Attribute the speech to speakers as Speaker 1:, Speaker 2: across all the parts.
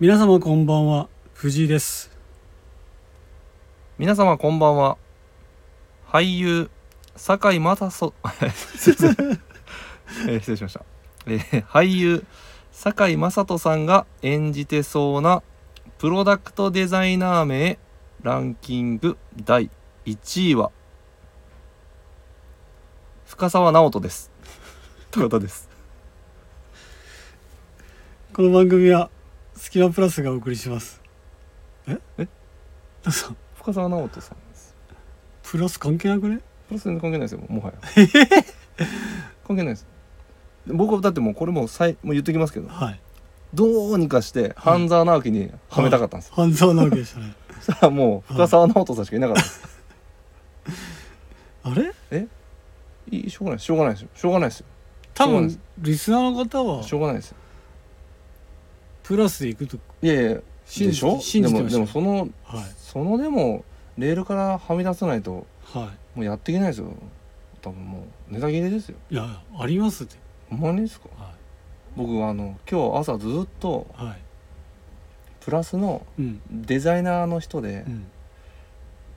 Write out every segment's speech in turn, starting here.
Speaker 1: 皆様こんばんは藤井です
Speaker 2: 皆様こんばんは俳優酒井雅人 失礼えー失礼しました、えー俳優酒井雅人さんが演じてそうなプロダクトデザイナー名ランキング第1位は深澤直人ですということです
Speaker 1: この番組はスキマプラスがお送りしますえ
Speaker 2: え
Speaker 1: なんか
Speaker 2: 深澤直人さんです
Speaker 1: プラス関係なくね
Speaker 2: プロス全然関係ないですよもはや関係ないです僕はだってもうこれもうさいもう言っときますけど
Speaker 1: はい
Speaker 2: どうにかして半沢直樹にはめたかったんです、
Speaker 1: 半沢直樹でした ね
Speaker 2: そしたらもう深沢直人さんしかいなかったです、
Speaker 1: あれ
Speaker 2: いいしょうがないしょうがないですよしょうがないですよ
Speaker 1: 多
Speaker 2: そうなんで
Speaker 1: 分
Speaker 2: す
Speaker 1: リスナーの方は
Speaker 2: しょうがないですよ
Speaker 1: プラスでいくと
Speaker 2: いやいや
Speaker 1: 信
Speaker 2: で
Speaker 1: じ
Speaker 2: しょ
Speaker 1: 信じて
Speaker 2: で
Speaker 1: ま
Speaker 2: も
Speaker 1: し
Speaker 2: で
Speaker 1: た
Speaker 2: もその
Speaker 1: はい
Speaker 2: そのでもレールからはみ出さないと
Speaker 1: は
Speaker 2: もうやっていけないですよ多分もうネタ切れですよ
Speaker 1: いいやありますって
Speaker 2: ほんまにですか
Speaker 1: は
Speaker 2: 僕あの今日朝ずっと
Speaker 1: いはい
Speaker 2: プラスの
Speaker 1: うん
Speaker 2: デザイナーの人で
Speaker 1: うん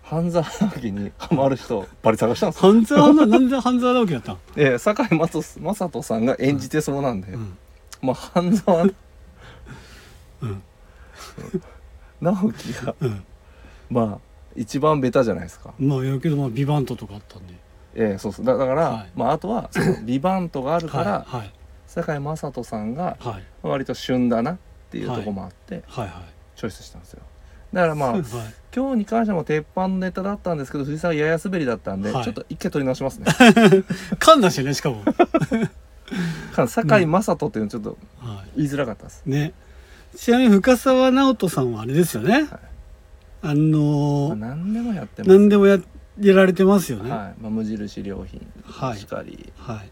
Speaker 2: 半沢直樹にハマる人 バリ探したんですよ
Speaker 1: 半沢ななんで半沢直樹だ ったの、
Speaker 2: で堺雅人雅人さんが演じてそうなんで、
Speaker 1: うん
Speaker 2: まあ半沢
Speaker 1: うん
Speaker 2: 直樹が
Speaker 1: うん
Speaker 2: まあ一番ベタじゃないですか。
Speaker 1: まあいやけどまあビバントとかあったんで
Speaker 2: ええそうそうだだから、
Speaker 1: はい
Speaker 2: まああとはその ビバントがあるから、
Speaker 1: はいはい
Speaker 2: 堺雅人さんが
Speaker 1: はい
Speaker 2: 割と旬だなっていうとこもあって、
Speaker 1: はいはい
Speaker 2: チョイスしたんですよ。だからまあ
Speaker 1: はい
Speaker 2: 今日に関しても鉄板のネタだったんですけど藤井さんはやや滑りだったんで、
Speaker 1: はい
Speaker 2: ちょっと一回取り直します ね。
Speaker 1: 噛んだしねしかも
Speaker 2: か堺雅人っていうのちょっと
Speaker 1: はい
Speaker 2: 言いづらかったです。
Speaker 1: ねちなみに深沢直人さんはあれですよね、あのー、
Speaker 2: まあ、何でもやってます。
Speaker 1: 何でもややられてますよねは
Speaker 2: はいまあ、無印良品
Speaker 1: はい
Speaker 2: しかり、
Speaker 1: い、はい、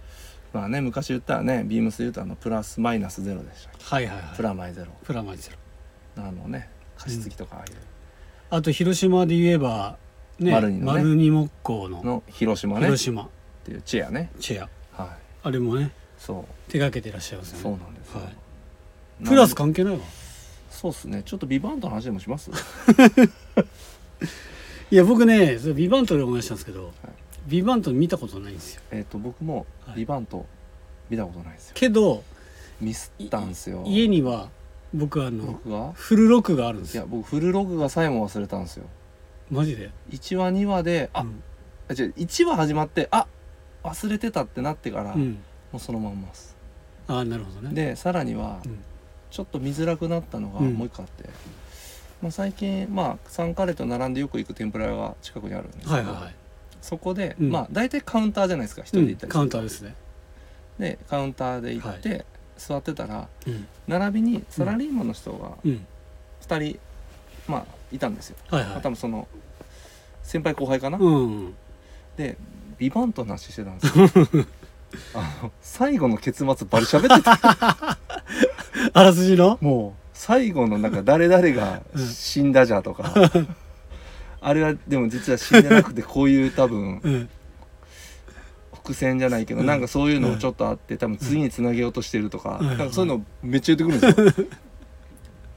Speaker 2: まあね昔言ったらねビームス言ったらあのプラスマイナスゼロでしたっけ
Speaker 1: はいはい
Speaker 2: プラマイゼロ
Speaker 1: プラマイゼロ
Speaker 2: あのね加湿器とかああいう、
Speaker 1: あと広島で言えばね
Speaker 2: 丸二のね
Speaker 1: 丸二木工の
Speaker 2: の広島ね
Speaker 1: 広
Speaker 2: っ
Speaker 1: 島
Speaker 2: ていうチェアね
Speaker 1: チェア
Speaker 2: は
Speaker 1: あれもね
Speaker 2: いそ
Speaker 1: 手掛けてらっしゃいま
Speaker 2: う
Speaker 1: す
Speaker 2: そ
Speaker 1: よ
Speaker 2: う
Speaker 1: ね
Speaker 2: なんですよ、
Speaker 1: はい
Speaker 2: なん
Speaker 1: プラス関係ないわ
Speaker 2: そうっすねちょっとビバントの話でもします
Speaker 1: いや僕ねそれビバントでお願いしたんですけど、
Speaker 2: い
Speaker 1: ビバント見たことないんですよ
Speaker 2: えっと僕も
Speaker 1: はい
Speaker 2: ビバント見たことないですよ
Speaker 1: けど
Speaker 2: ミスったんすよ
Speaker 1: 家には僕あの
Speaker 2: 僕が
Speaker 1: フルロックがあるんです
Speaker 2: いや
Speaker 1: よ
Speaker 2: 僕フルログがさえも忘れたんですよ
Speaker 1: マジで
Speaker 2: 1話2話であ、
Speaker 1: うん
Speaker 2: あ違う1話始まってあ忘れてたってなってから、
Speaker 1: う
Speaker 2: も
Speaker 1: ん、
Speaker 2: うそのまんまっす
Speaker 1: ああなるほどね
Speaker 2: でさらには、
Speaker 1: うん
Speaker 2: ちょっと見づらくなったのが
Speaker 1: うん
Speaker 2: もう一個あって、まあ、最近まあサンカレーと並んでよく行く天ぷら屋が近くにあるんですけど、
Speaker 1: はいはいはい
Speaker 2: そこで、
Speaker 1: うん
Speaker 2: まあ大体カウンターじゃないですか一人で行った
Speaker 1: うん
Speaker 2: りす
Speaker 1: カ
Speaker 2: る、
Speaker 1: ウンターですね、
Speaker 2: でカウンターで行って、座ってたら
Speaker 1: うん
Speaker 2: 並びにサラリーマンの人が
Speaker 1: うん、
Speaker 2: 2人、まあいたんですよ、
Speaker 1: はい
Speaker 2: まあ
Speaker 1: は
Speaker 2: 多
Speaker 1: い
Speaker 2: 分その先輩後輩かな、
Speaker 1: うん
Speaker 2: でビバンとの話してたんですよ あの最後の結末バリ喋ってた
Speaker 1: あらすじの
Speaker 2: もう最後のなんか誰々が
Speaker 1: うん
Speaker 2: 死んだじゃとか、あれはでも実は死んでなくてこういう多分
Speaker 1: うん
Speaker 2: 伏線じゃないけど、
Speaker 1: うん
Speaker 2: なんかそういうのちょっとあって多分次につなげようとしてるとか、
Speaker 1: うん
Speaker 2: なんかそういうのめっちゃ言ってくるんですよ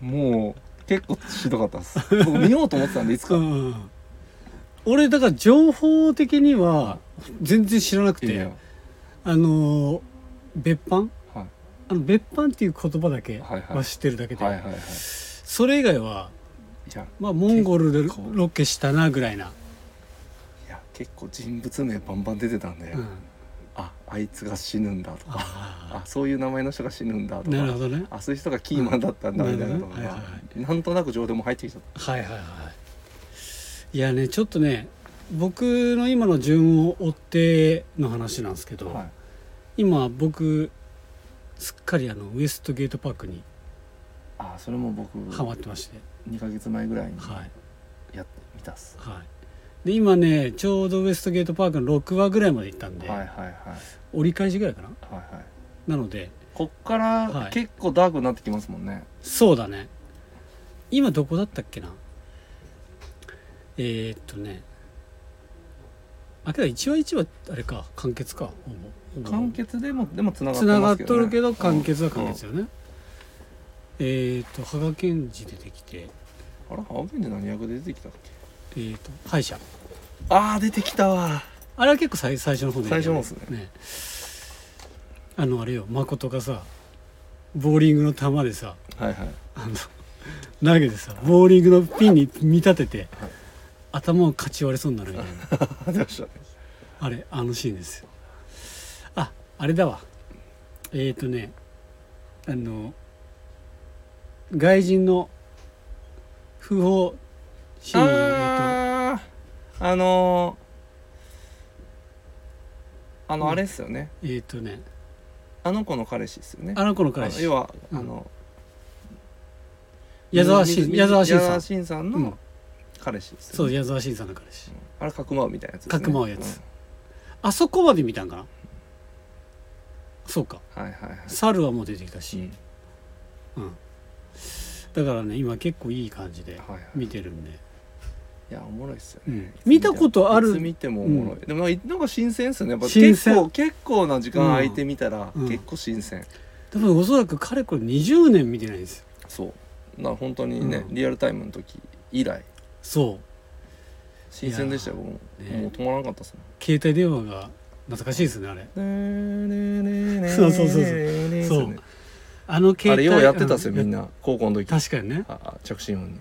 Speaker 2: もう結構ひどかったです僕見ようと思ってたんでいつ
Speaker 1: う
Speaker 2: か、
Speaker 1: ん俺だから情報的には全然知らなく
Speaker 2: いやい
Speaker 1: て
Speaker 2: や
Speaker 1: あのー別班
Speaker 2: はい
Speaker 1: あの別班っていう言葉だけ
Speaker 2: はいはい
Speaker 1: は知ってるだけで、
Speaker 2: はいはいはいい
Speaker 1: それ以外は
Speaker 2: や
Speaker 1: まあモンゴルで
Speaker 2: 結構
Speaker 1: ロケしたなぐらいな、
Speaker 2: いや結構人物名バンバン出てたんで、
Speaker 1: うん、
Speaker 2: ああいつが死ぬんだとか
Speaker 1: あ
Speaker 2: あそういう名前の人が死ぬんだと
Speaker 1: あ
Speaker 2: か
Speaker 1: なるほどね
Speaker 2: あそういう人がキーマンだったんだみたいなのが、
Speaker 1: うんなるほどねはいは
Speaker 2: なんとなく情でも入ってきちゃっ
Speaker 1: はいはいはいいやねちょっとね僕の今の順を追っての話なんですけ
Speaker 2: た、
Speaker 1: ど、
Speaker 2: はい
Speaker 1: 今僕すっかりあのウエストゲートパークに
Speaker 2: あそれも僕
Speaker 1: ハマってまして、
Speaker 2: 2か月前ぐらいに
Speaker 1: はい
Speaker 2: やってみたっす、
Speaker 1: はいで今ねちょうどウエストゲートパークの6話ぐらいまで行ったんで、
Speaker 2: はい、はいはいはい
Speaker 1: 折り返しぐらいかな
Speaker 2: はいはい
Speaker 1: なので
Speaker 2: こっか
Speaker 1: は
Speaker 2: ら
Speaker 1: い
Speaker 2: 結構ダークになってきますもんね、
Speaker 1: そうだね今どこだったっけなえー、っとねあけど1話1話あれか完結かほぼほぼ
Speaker 2: 完結でもでもつながっ
Speaker 1: つ
Speaker 2: て
Speaker 1: ながっ
Speaker 2: ますけど、
Speaker 1: と
Speaker 2: ね、
Speaker 1: るけど完結は完結よね、えっ、と羽賀健二出てきて
Speaker 2: あら青源で何役で出てきたっけ
Speaker 1: えっ、と歯医者
Speaker 2: あー出てきたわ
Speaker 1: あれは結構最最初の方で、
Speaker 2: 最初の方っすね
Speaker 1: ねあのあれよ誠がさボーリングの球でさ
Speaker 2: は いはい
Speaker 1: あの投げてさボーリングのピンに見立てて、
Speaker 2: はい
Speaker 1: 頭をかち割れそうになるみたいな
Speaker 2: 出ましたね
Speaker 1: あれあのシーンですよああれだわえっ、ー、とねあの外人の不法侵入の
Speaker 2: あーあのー、あ
Speaker 1: う
Speaker 2: の
Speaker 1: ん
Speaker 2: あれっすよね、
Speaker 1: えっ、ー、とね
Speaker 2: あの子の彼氏っすよね
Speaker 1: あの子の
Speaker 2: あ
Speaker 1: 彼氏
Speaker 2: 要は、
Speaker 1: うん
Speaker 2: あの
Speaker 1: 矢沢慎
Speaker 2: 水
Speaker 1: 矢沢慎
Speaker 2: 矢
Speaker 1: さ
Speaker 2: 沢
Speaker 1: ん
Speaker 2: 慎さん
Speaker 1: うん
Speaker 2: の彼氏です
Speaker 1: そ
Speaker 2: よ
Speaker 1: う
Speaker 2: ね、
Speaker 1: 矢沢慎さんの彼氏
Speaker 2: あれ角間みたいなやつですね
Speaker 1: 角間やつ、あそこまで見たんかなそうか
Speaker 2: うんはいはいはい
Speaker 1: 猿はもう出てきたし、
Speaker 2: うん
Speaker 1: うん、だからね今結構いい感じで
Speaker 2: はいはい
Speaker 1: 見てるんで、
Speaker 2: いやおもろいっすよ
Speaker 1: う
Speaker 2: ね、
Speaker 1: ん、見たことあ
Speaker 2: いつ
Speaker 1: る
Speaker 2: 見てもおもろい、でもなんかなんか新鮮っすよねやっぱ
Speaker 1: 新
Speaker 2: 結
Speaker 1: 鮮
Speaker 2: 構結構な時間空いてみたら、
Speaker 1: うんうん
Speaker 2: 結構新鮮
Speaker 1: 多分おそらくかれこれ20年見てないんですよ
Speaker 2: そうな本当にね、
Speaker 1: うん
Speaker 2: リアルタイムの時以来
Speaker 1: そう
Speaker 2: 新鮮でしたよ僕もう,、
Speaker 1: ね
Speaker 2: もう止まらなかったっすね
Speaker 1: 携帯電話が懐かしいですねあれ
Speaker 2: そう
Speaker 1: そうそうそうそう
Speaker 2: ね、
Speaker 1: あの携帯
Speaker 2: あれようやってたっすよ、
Speaker 1: う
Speaker 2: みんな高校の時
Speaker 1: 確かにね
Speaker 2: ああ着信音に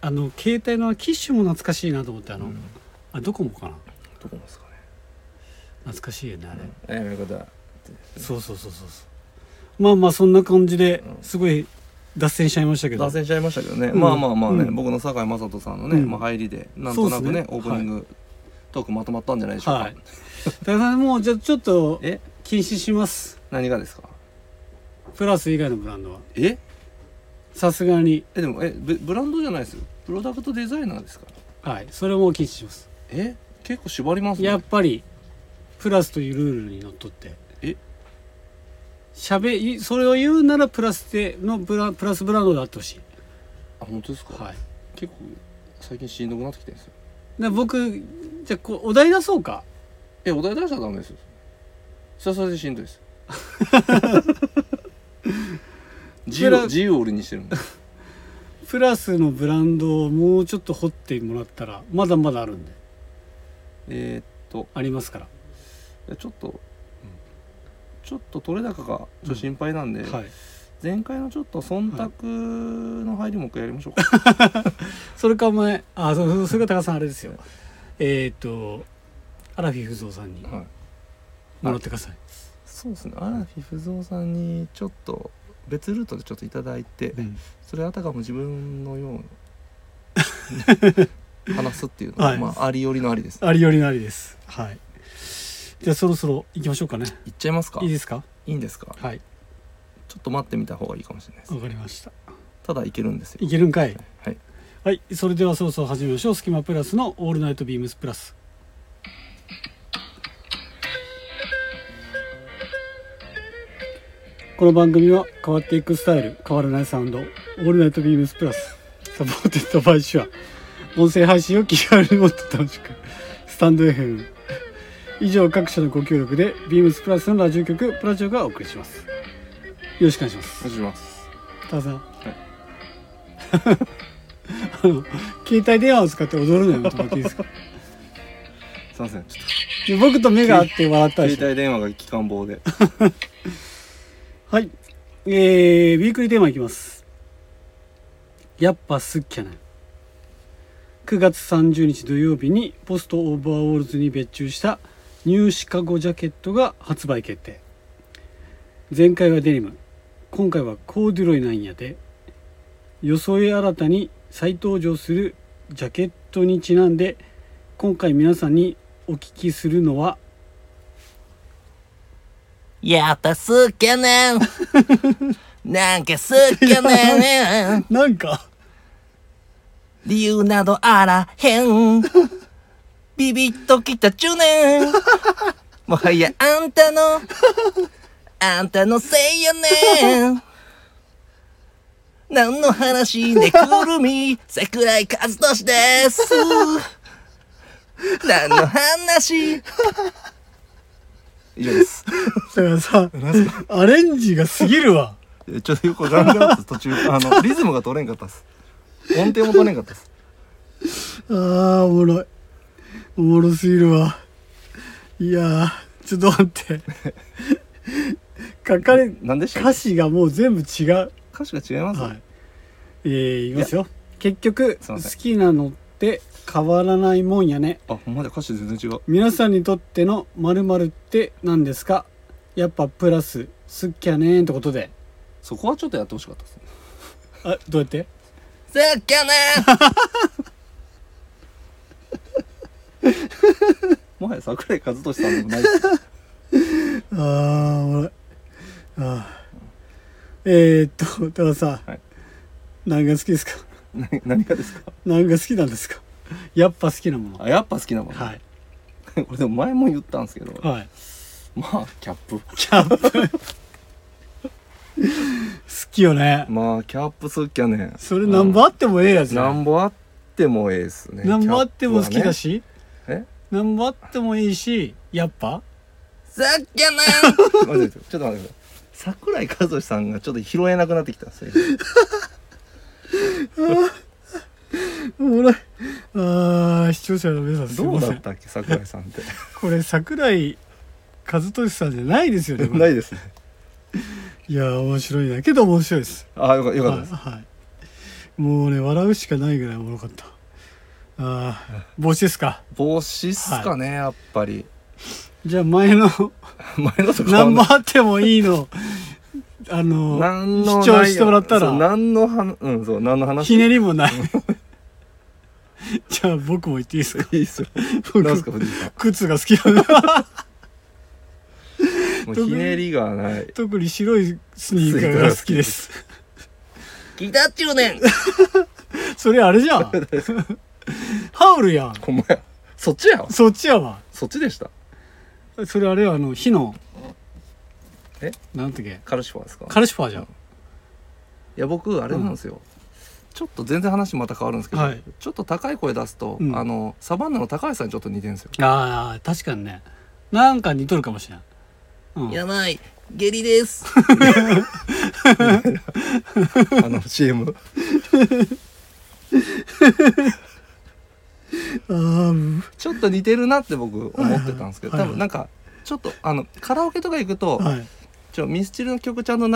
Speaker 1: あの携帯の機種も懐かしいなと思ってあ
Speaker 2: あ
Speaker 1: の、あドコモかな
Speaker 2: どこですかね
Speaker 1: 懐かしいよねあれ、
Speaker 2: ええこれだ
Speaker 1: そうそうそうそうそうまあまあそんな感じで
Speaker 2: うん
Speaker 1: すごい脱線しちゃいましたけど、
Speaker 2: 脱線しちゃいましたけどね、
Speaker 1: うん
Speaker 2: まあまあまあね、
Speaker 1: うん
Speaker 2: 僕の堺雅人さんのね、
Speaker 1: うん
Speaker 2: まあ、入りでなんとなくね
Speaker 1: そ
Speaker 2: オ
Speaker 1: うっすね
Speaker 2: ープニングトークまとまったんじゃないでしょうか、
Speaker 1: はい高田さんもうじゃあちょっと
Speaker 2: え
Speaker 1: 禁止します
Speaker 2: 何がですか
Speaker 1: プラス以外のブランドは
Speaker 2: え
Speaker 1: さすがに
Speaker 2: えでもえブブランドじゃないですよプロダクトデザイナーですから
Speaker 1: はいそれも禁止します
Speaker 2: え結構縛りますね
Speaker 1: やっぱりプラスというルールにのっとって
Speaker 2: え
Speaker 1: しゃべいそれを言うならプラスでのブラプラスブランドであってほしい、
Speaker 2: あ本当ですか、
Speaker 1: はい、
Speaker 2: 結構最近しんどくなってきてるんですよ
Speaker 1: で僕じゃあこうお題出そうか
Speaker 2: えお題出したらダメですよそれはそれでしんど いです自由を自由を売りにしてる んで
Speaker 1: プラスのブランドをもうちょっと掘ってもらったらまだまだあるんで
Speaker 2: えーっと
Speaker 1: ありますから
Speaker 2: いやちょっと、ちょっと取れ高がちょっと心配なんで、
Speaker 1: はい
Speaker 2: 前回のちょっと忖度の入りもう一回やりましょうか、
Speaker 1: それかお前あそうそうそれが高さんあれですよえっ、とアラフィフゾウさんに
Speaker 2: はい、
Speaker 1: もらってください
Speaker 2: そうですね荒木不蔵さんにちょっと別ルートでちょっといただいて、
Speaker 1: うん
Speaker 2: それあたかも自分のように話すっていうのは、
Speaker 1: はい
Speaker 2: まあありよりのありです
Speaker 1: ありよりのありですはいじゃあそろそろ行きましょうかね
Speaker 2: いっちゃいますか
Speaker 1: いい
Speaker 2: い
Speaker 1: ですか
Speaker 2: いんですか
Speaker 1: はい
Speaker 2: ちょっと待ってみた方がいいかもしれないです、
Speaker 1: わかりました
Speaker 2: ただいけるんですよ
Speaker 1: いけるんかい
Speaker 2: はい
Speaker 1: はいそれではそろそろ始めましょう「スキマプラス」の「オールナイトビームスプラス」この番組は変わっていくスタイル変わらないサウンド「オールナイトビームスプラス」サポーテッドバイシュア音声配信を気軽にもっと楽しくスタンド FM 以上各社のご協力でビームスプラスのラジオ局プラジオがお送りしますよろしくお願いします
Speaker 2: お願いします
Speaker 1: タカさん、 あの携帯電話を使って踊るのやめてもらっていいですか
Speaker 2: すいませんちょっ
Speaker 1: で僕と目が合って笑った
Speaker 2: と
Speaker 1: でし
Speaker 2: 携
Speaker 1: ょ
Speaker 2: 帯電話が機関棒 で
Speaker 1: はいえー、ウィークリーテーマいきますやっぱすっきゃない9月30日土曜日にポストオーバーオールズに別注したニューシカゴジャケットが発売決定前回はデニム今回はコーデュロイなんやでよそえ新たに再登場するジャケットにちなんで今回皆さんにお聞きするのは
Speaker 3: やっぱ好きやねん。なんか好きやねん。
Speaker 1: なんか
Speaker 3: 理由などあらへん。ビビッときた中年。もはやあんたの、あんたのせいやねん。何の話ねくるみ、桜井和俊です。何の話
Speaker 2: 以上です
Speaker 1: だからさアレンジがすぎるわ
Speaker 2: えちょっとよくわからなかったです途中あのリズムが取れんかったです音程も取れんかったです
Speaker 1: あーおもろいおもろすぎるわいやーちょっと待って書かれ
Speaker 2: 何でした
Speaker 1: 歌
Speaker 2: っけ
Speaker 1: 詞がもう全部違う
Speaker 2: 歌詞が違います、
Speaker 1: はいえー、いきますよ結局
Speaker 2: すい
Speaker 1: 好
Speaker 2: ません
Speaker 1: きなのって変わらないもんやね
Speaker 2: あほんまだ歌詞全然違う
Speaker 1: 皆さんにとっての〇〇って何ですかやっぱプラスすっきゃねーんってことで
Speaker 2: そこはちょっとやってほしかったですね
Speaker 1: あどうやって
Speaker 3: さっきゃね
Speaker 2: もはや桜井和寿さんでもないで
Speaker 1: あ
Speaker 2: す
Speaker 1: ーおもろいあーえー、っと高田さん、
Speaker 2: はい
Speaker 1: 何が好きですか
Speaker 2: な何がですか
Speaker 1: 何が好きなんですかやっぱ好きなもの
Speaker 2: あやっぱ好きなもの、
Speaker 1: はい
Speaker 2: 俺でも前も言ったんですけど、
Speaker 1: はい
Speaker 2: まあキャップ
Speaker 1: キャップ好きよね
Speaker 2: まあキャップ好きやねん
Speaker 1: それなんぼあってもええやつや
Speaker 2: なんぼあってもええですね
Speaker 1: なんぼあっても好きだ
Speaker 2: キ
Speaker 1: し、
Speaker 2: ャップはね
Speaker 1: なんぼあってもいいしやっぱ
Speaker 3: さっきゃね
Speaker 2: え待ってちょっと待ってください桜井和寿さんがちょっと拾えなくなってきたんですよ
Speaker 1: おもろいあー視聴者の皆さんすい
Speaker 2: ど
Speaker 1: ま
Speaker 2: う
Speaker 1: せ
Speaker 2: だ
Speaker 1: ん
Speaker 2: ったっけ桜井さんって
Speaker 1: これ桜井和俊さんじゃ ないですよねこれ
Speaker 2: ないですね
Speaker 1: いやー面白いなけど面白いです
Speaker 2: あよかよかったです
Speaker 1: はい、はい、もうね笑うしかないぐらいおもろかったあー帽子ですか
Speaker 2: 帽子っすかね、やっぱり
Speaker 1: じゃあ前の
Speaker 2: 前のと こ
Speaker 1: 何もあってもいいのあの
Speaker 2: 何の
Speaker 1: 視聴してもらった
Speaker 2: そう
Speaker 1: ら
Speaker 2: 何の話うんそう何の話
Speaker 1: ひねりも ないじゃあ僕も言っていいですか
Speaker 2: いいっすよ
Speaker 1: 僕
Speaker 2: 何すか藤井さん
Speaker 1: 靴が好きなの
Speaker 2: もうひねりがない
Speaker 1: 特に白いスニーカーが好きです
Speaker 3: 来たっちゅうねん
Speaker 1: それあれじゃ んハウルやん
Speaker 2: ほんまやそっちやわ
Speaker 1: そっちやわ
Speaker 2: そっちでした
Speaker 1: それあれやあの火の
Speaker 2: え
Speaker 1: なんてけ
Speaker 2: カルシファーですか
Speaker 1: カルシファーじゃん
Speaker 2: いや僕あれなんですよ、ちょっと全然話また変わるんですけど、
Speaker 1: はい
Speaker 2: ちょっと高い声出すと、
Speaker 1: うん
Speaker 2: あのサバンナの高橋さんにちょっと似てるんですよ
Speaker 1: あー確かにねなんか似とるかもしれない、うん、
Speaker 3: やばい下痢です
Speaker 2: あの CM
Speaker 1: あー
Speaker 2: ちょっと似てるなって僕思ってたんですけど、
Speaker 1: はいはい
Speaker 2: 多分なんかちょっとあのカラオケとか行くと、
Speaker 1: はい
Speaker 2: ちょミスチルの曲ちゃんと流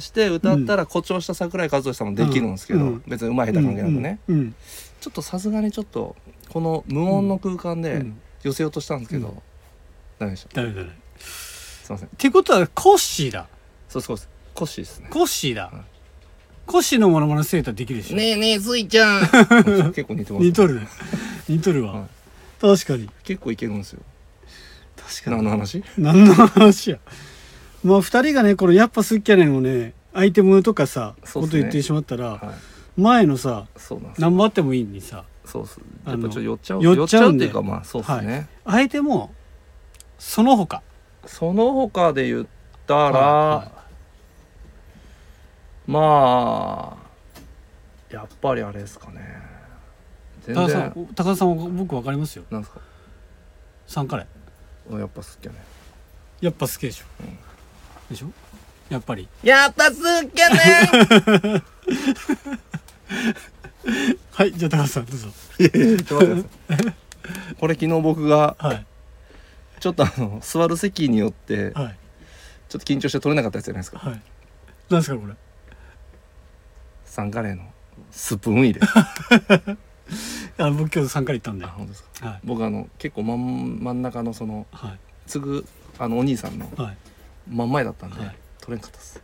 Speaker 2: して歌ったら誇張した桜井和寿さんもできるんですけど、
Speaker 1: うんうん
Speaker 2: 別に上手い下手関係なくね、
Speaker 1: うんうん
Speaker 2: ちょっとさすがにちょっとこの無音の空間
Speaker 1: う
Speaker 2: で
Speaker 1: ん
Speaker 2: 寄せようとしたんですけど、
Speaker 1: うん
Speaker 2: ダメでした
Speaker 1: だめだめっ
Speaker 2: すいません
Speaker 1: てことはコッシーだ
Speaker 2: そうそうですコッシーです ね
Speaker 1: コッシーだ、
Speaker 2: はい
Speaker 1: コッシーのモノマネセーターできるでしょ、
Speaker 3: ねえねえスイちゃ ん
Speaker 2: 結構似てます、
Speaker 1: 似とるね似とるわ、
Speaker 2: はい
Speaker 1: 確かに
Speaker 2: 結構いけるんですよ
Speaker 1: 確かに
Speaker 2: 何の話
Speaker 1: 何の話やまあ2人がねこの「やっぱすっきゃねん」をねアイテムとかさ、
Speaker 2: そう
Speaker 1: こ
Speaker 2: っ
Speaker 1: と
Speaker 2: すね
Speaker 1: 言ってしまったら、
Speaker 2: はい
Speaker 1: 前のさ
Speaker 2: そうなんですよ
Speaker 1: 何もあってもいいにさ
Speaker 2: そうっす
Speaker 1: あ
Speaker 2: やっ
Speaker 1: の
Speaker 2: ぱちょっと寄っちゃう
Speaker 1: 寄
Speaker 2: 寄
Speaker 1: っ
Speaker 2: っ
Speaker 1: ち
Speaker 2: ち
Speaker 1: ゃ
Speaker 2: ゃ
Speaker 1: う
Speaker 2: うんっ
Speaker 1: だよ
Speaker 2: ていうかまあそうっすね、
Speaker 1: 相手もその他
Speaker 2: その他で言ったら、
Speaker 1: は
Speaker 2: まあやっぱりあれですかね全
Speaker 1: 高田さ
Speaker 2: 然
Speaker 1: ん高田さんは僕分かりますよ
Speaker 2: なんですか
Speaker 1: サンカレー
Speaker 2: やっぱ好きやね
Speaker 1: やっぱ好きでしょ、でしょやっぱり
Speaker 3: やっぱすっきゃね ん
Speaker 1: はいじゃあ高田さんどうぞ
Speaker 2: ちょ っと待ってくださいこれ昨日僕が
Speaker 1: はい
Speaker 2: ちょっとあの座る席によってちょっ
Speaker 1: はい
Speaker 2: と緊張して取れなかったやつじゃないですか
Speaker 1: はいなんすかこれ
Speaker 2: サンカレーのスプーン入れ
Speaker 1: あの僕今日サンカレー行ったんで
Speaker 2: あ
Speaker 1: は
Speaker 2: 本当ですか
Speaker 1: い
Speaker 2: 僕あの結構真ん真ん中のその
Speaker 1: はい
Speaker 2: 継ぐあのお兄さんの
Speaker 1: はい
Speaker 2: 真ん前だったんで、
Speaker 1: はい
Speaker 2: 取れんかったっす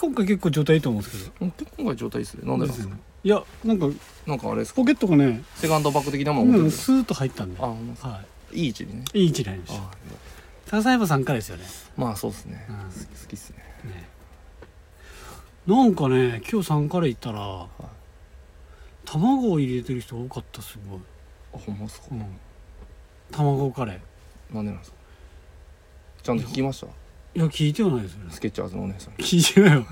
Speaker 1: 今回結構状態いいと思うんですけど
Speaker 2: うん結構今回状態いいっすねなんでなんですか
Speaker 1: いやなんか
Speaker 2: なんかあれですか
Speaker 1: ポケットがね
Speaker 2: セカンドバック的なもん
Speaker 1: 今
Speaker 2: 持
Speaker 1: の
Speaker 2: ってる
Speaker 1: スーッと入ったんで
Speaker 2: あほんまですか
Speaker 1: はい
Speaker 2: い位置にね
Speaker 1: いい位置になりました
Speaker 2: あ
Speaker 1: 高田さんやっぱサンカレーですよね
Speaker 2: まあそうっすね、
Speaker 1: うん
Speaker 2: 好き好きっすね
Speaker 1: ねなんかね今日サンカレー行ったら、卵を入れてる人多かったすごい、
Speaker 2: あほんまっすか、
Speaker 1: うん、卵カレー
Speaker 2: なんでなんですかちゃんと聞きました
Speaker 1: いや聞いてはないですよね
Speaker 2: スケッチャーズのお姉さん
Speaker 1: 聞いてないよ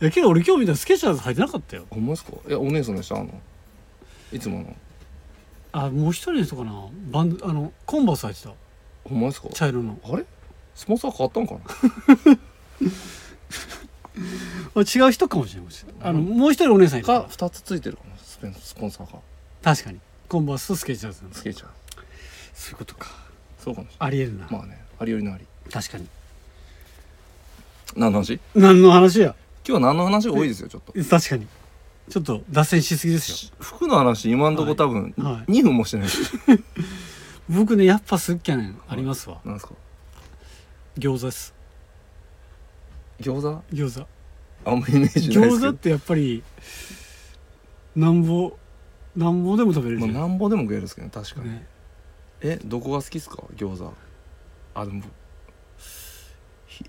Speaker 1: いやけど俺今日見たらスケッチャーズ入ってなかったよ
Speaker 2: ほんまですかいやお姉さんでしたあのいつもの
Speaker 1: あもう一人の人かなバンドあのコンバース入ってた
Speaker 2: ほんまですか
Speaker 1: 茶色の
Speaker 2: あれスポンサー変わったんかな
Speaker 1: あ違う人かもしれないあのもう一人お姉さんいる
Speaker 2: が
Speaker 1: か
Speaker 2: 2つついてるかなスペンスポンサーが
Speaker 1: 確かにコンバースとスケジャーズなんだ
Speaker 2: つけちゃう
Speaker 1: そういうことか
Speaker 2: そうかもしれ
Speaker 1: ありえるな、
Speaker 2: ないまあねありよりのあり
Speaker 1: 確かに
Speaker 2: 何の話今
Speaker 1: 何の話や
Speaker 2: 日は何の話多いですよちょっと
Speaker 1: 確かにちょっと脱線しすぎですよ
Speaker 2: 服の話今んとこ多分
Speaker 1: はいはい
Speaker 2: 2分もしてないです
Speaker 1: 僕ねやっぱすっきゃねんありますわ、
Speaker 2: なんですか
Speaker 1: 餃子です
Speaker 2: 餃子
Speaker 1: 餃子
Speaker 2: あんまイメージないです
Speaker 1: 餃
Speaker 2: け
Speaker 1: 子
Speaker 2: ど
Speaker 1: ってやっぱりなんぼなんぼでも食べれる
Speaker 2: ま
Speaker 1: じゃ
Speaker 2: あ
Speaker 1: ん、
Speaker 2: なんぼでも食えるんですけどね確かに
Speaker 1: ね、
Speaker 2: えどこが好きっすか餃子あでもひ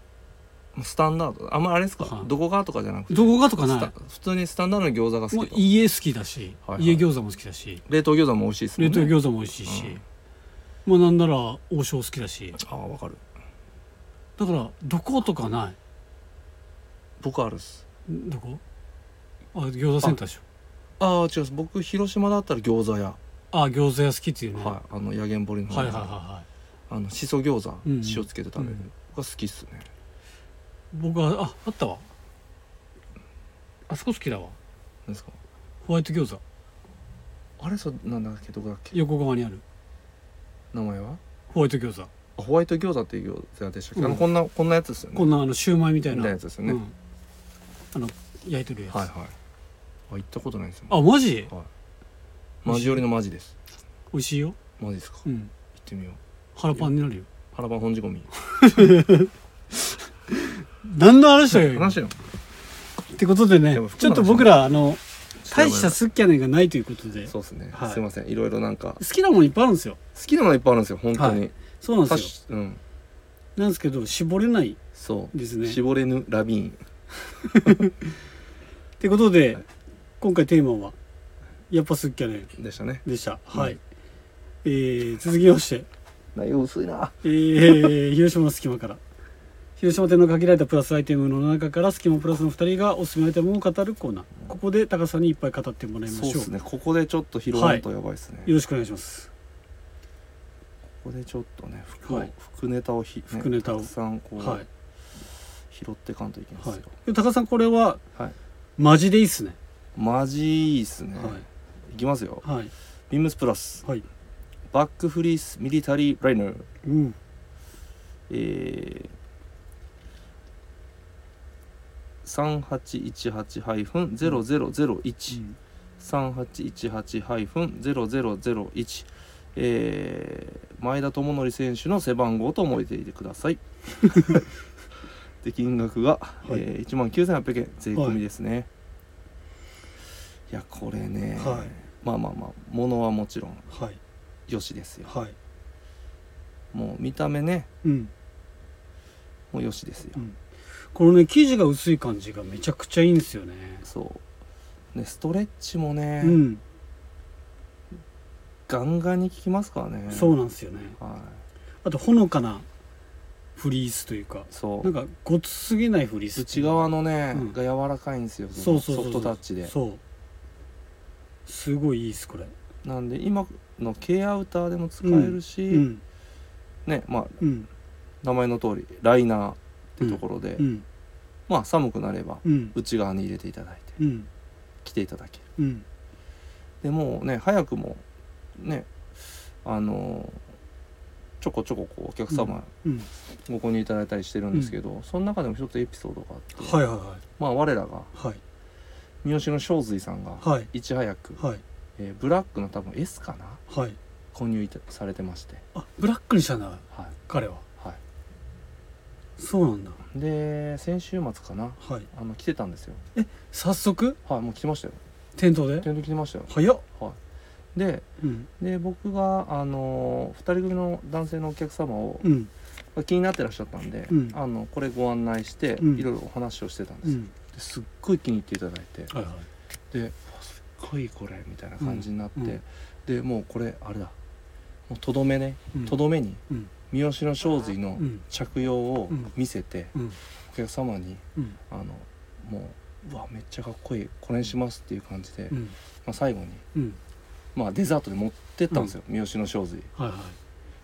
Speaker 2: もうスタンダードあんまりあれですか
Speaker 1: はい
Speaker 2: どこがとかじゃなくて
Speaker 1: どこがとかな
Speaker 2: スタ
Speaker 1: い
Speaker 2: 普通にスタンダードの餃子が
Speaker 1: も
Speaker 2: 好
Speaker 1: う
Speaker 2: きと
Speaker 1: 家好きだし、
Speaker 2: はいはい
Speaker 1: 家餃子も好きだし
Speaker 2: 冷凍餃子も美味しいですも
Speaker 1: 冷
Speaker 2: んね
Speaker 1: 凍餃子も美味しいし、
Speaker 2: うん
Speaker 1: まあなんなら王将好きだし
Speaker 2: ああわかる
Speaker 1: だからどことかない
Speaker 2: 僕あるっす
Speaker 1: んどこあ餃子センターでしょ
Speaker 2: ああ違うっす僕広島だったら餃子屋
Speaker 1: あ餃子屋好きっていうね、
Speaker 2: はいあのやげんぼりの
Speaker 1: はいはいはいはい
Speaker 2: あのしそ餃子
Speaker 1: うん
Speaker 2: 塩つけて食べ
Speaker 1: う
Speaker 2: る
Speaker 1: ん
Speaker 2: が好きっすね
Speaker 1: 僕はああったわあそこ好きだわ
Speaker 2: 何ですか
Speaker 1: ホワイト餃子
Speaker 2: あれそうなんだっけどこだっけ
Speaker 1: 横川にある
Speaker 2: 名前は
Speaker 1: ホワイト餃子
Speaker 2: あホワイト餃子っていう餃子屋でしたっけ、あ
Speaker 1: う
Speaker 2: の
Speaker 1: ん
Speaker 2: こんなこんなやつですよね
Speaker 1: こんなあのシューマイみたい
Speaker 2: み
Speaker 1: な
Speaker 2: たいなやつですよね、
Speaker 1: う
Speaker 2: は
Speaker 1: ん、あの焼いてるやつ、
Speaker 2: いはいあ行ったことないですもん
Speaker 1: あマジ
Speaker 2: はいマジ寄りのマジです
Speaker 1: 美味しいよ、
Speaker 2: マジですか、
Speaker 1: う
Speaker 2: 行
Speaker 1: ん、
Speaker 2: ってみよう
Speaker 1: 腹パンになるよ
Speaker 2: 腹パン本仕込み
Speaker 1: 何の話だよ今
Speaker 2: 話やん
Speaker 1: ってことでね
Speaker 2: でも服
Speaker 1: ちょ
Speaker 2: の話
Speaker 1: っと僕らあの大した
Speaker 2: そ
Speaker 1: すっきゃねんがないということで
Speaker 2: う
Speaker 1: 好
Speaker 2: ですね、
Speaker 1: はい
Speaker 2: すいませんいろいろなんか
Speaker 1: きなものいっぱいあるんですよ
Speaker 2: 好きなものいっぱいあるんですよ本当に、
Speaker 1: はそうなんですよ
Speaker 2: 確うん
Speaker 1: なんですけど絞れない
Speaker 2: そう
Speaker 1: ですね
Speaker 2: 絞れぬラビーン
Speaker 1: ってことで、
Speaker 2: はい
Speaker 1: 今回テーマは「やっぱすっきゃねん
Speaker 2: でしたね」
Speaker 1: でした
Speaker 2: うん
Speaker 1: はい、えー続きまして
Speaker 2: 内容薄いな
Speaker 1: え ー広島の隙間から広島店の限られたプラスアイテムの中から隙間プラスの2人がおすすめアイテムを語るコーナーここで高さんにいっぱい語ってもらいましょ
Speaker 2: そう
Speaker 1: う
Speaker 2: ですねここでちょっと拾わんとやばいですね、
Speaker 1: よろしくお願いします
Speaker 2: ここでちょっとね服を、
Speaker 1: はい
Speaker 2: 服ネタをひ、ね
Speaker 1: 服ネタを
Speaker 2: たくさんこう、
Speaker 1: はい
Speaker 2: 拾ってかんといけないで
Speaker 1: は
Speaker 2: す
Speaker 1: い
Speaker 2: よ、
Speaker 1: で高さんこれは
Speaker 2: はい
Speaker 1: マジでいいっすね
Speaker 2: マジいいっすね、
Speaker 1: はい
Speaker 2: い、きますよ
Speaker 1: はい
Speaker 2: ビームスプラス
Speaker 1: はい
Speaker 2: バックフリースミリタリーライナー
Speaker 1: うん
Speaker 2: えー3818-00013818-0001えー、前田智則選手の背番号と思い出てく ださいで金額が、
Speaker 1: はい
Speaker 2: えー、1万9800円税込みですね、い、やこれね、
Speaker 1: はい
Speaker 2: まあまあまあ物はもちろん
Speaker 1: はい
Speaker 2: よしですよ
Speaker 1: はい
Speaker 2: もう見た目ね
Speaker 1: うん
Speaker 2: もうよしですよ
Speaker 1: このね生地が薄い感じがめちゃくちゃいいんですよね
Speaker 2: そうねストレッチもね、
Speaker 1: うん
Speaker 2: ガンガンに効きますからね
Speaker 1: そうなんですよね
Speaker 2: は
Speaker 1: あとほのかなフリースというか
Speaker 2: いそ
Speaker 1: なん
Speaker 2: う
Speaker 1: かごつすぎないフリース
Speaker 2: 内側のね、
Speaker 1: うん
Speaker 2: が柔らかいんですよ
Speaker 1: そうそうそう
Speaker 2: ソ
Speaker 1: そう
Speaker 2: フトタッチで
Speaker 1: そうすごいいいっすこれ
Speaker 2: なんで今の軽アウターでも使えるし、
Speaker 1: うん
Speaker 2: ねまあ
Speaker 1: うん
Speaker 2: 名前の通りライナーってところで、
Speaker 1: うん
Speaker 2: まあ寒くなれば
Speaker 1: うん
Speaker 2: 内側に入れていただい
Speaker 1: う
Speaker 2: て
Speaker 1: ん
Speaker 2: 着ていただける
Speaker 1: うん
Speaker 2: でもうね早くもねあのちょこちょここうお客様
Speaker 1: うん
Speaker 2: ご購入いただいたりしてるんですけど、その中でも一つエピソードがあって、
Speaker 1: はいはいは
Speaker 2: まあ我らが
Speaker 1: いはい
Speaker 2: 三好の正髄さんが
Speaker 1: はい
Speaker 2: いち早く、
Speaker 1: はい
Speaker 2: えーブラックの多分 S かな
Speaker 1: はい
Speaker 2: 購入いたされてまして
Speaker 1: あブラックにしたんだ
Speaker 2: はい、
Speaker 1: 彼は
Speaker 2: は
Speaker 1: そうなんだ
Speaker 2: い、で先週末かな
Speaker 1: はい
Speaker 2: あの来てたんですよ
Speaker 1: 早速
Speaker 2: はいもう来てましたよ
Speaker 1: 店頭で
Speaker 2: 店頭来てましたよ
Speaker 1: 早っ
Speaker 2: はいで
Speaker 1: うん
Speaker 2: で僕が、あの2人組の男性のお客様を
Speaker 1: う、ん
Speaker 2: まあ気になってらっしゃったんで、
Speaker 1: うん
Speaker 2: あのこれご案内して、
Speaker 1: うん
Speaker 2: いろいろお話をしてたんで
Speaker 1: う
Speaker 2: すよ、
Speaker 1: ん
Speaker 2: ですっごい気に入っていただいて
Speaker 1: はいはい
Speaker 2: でうわすっごいこれみたいな感じになって、
Speaker 1: うんうん
Speaker 2: でもうこれあれだもうとどめね
Speaker 1: うん
Speaker 2: とどめに
Speaker 1: うん
Speaker 2: 三好の正髄の
Speaker 1: うん
Speaker 2: 着用を
Speaker 1: うん
Speaker 2: 見せて、
Speaker 1: うん
Speaker 2: お客様に
Speaker 1: うん
Speaker 2: あのもううわめっちゃかっこいいこれにしますっていう感じで、
Speaker 1: う
Speaker 2: ま
Speaker 1: ん
Speaker 2: あ、最後に、
Speaker 1: うん
Speaker 2: まあ、デザートで持ってったんですよ、三好の正髄
Speaker 1: は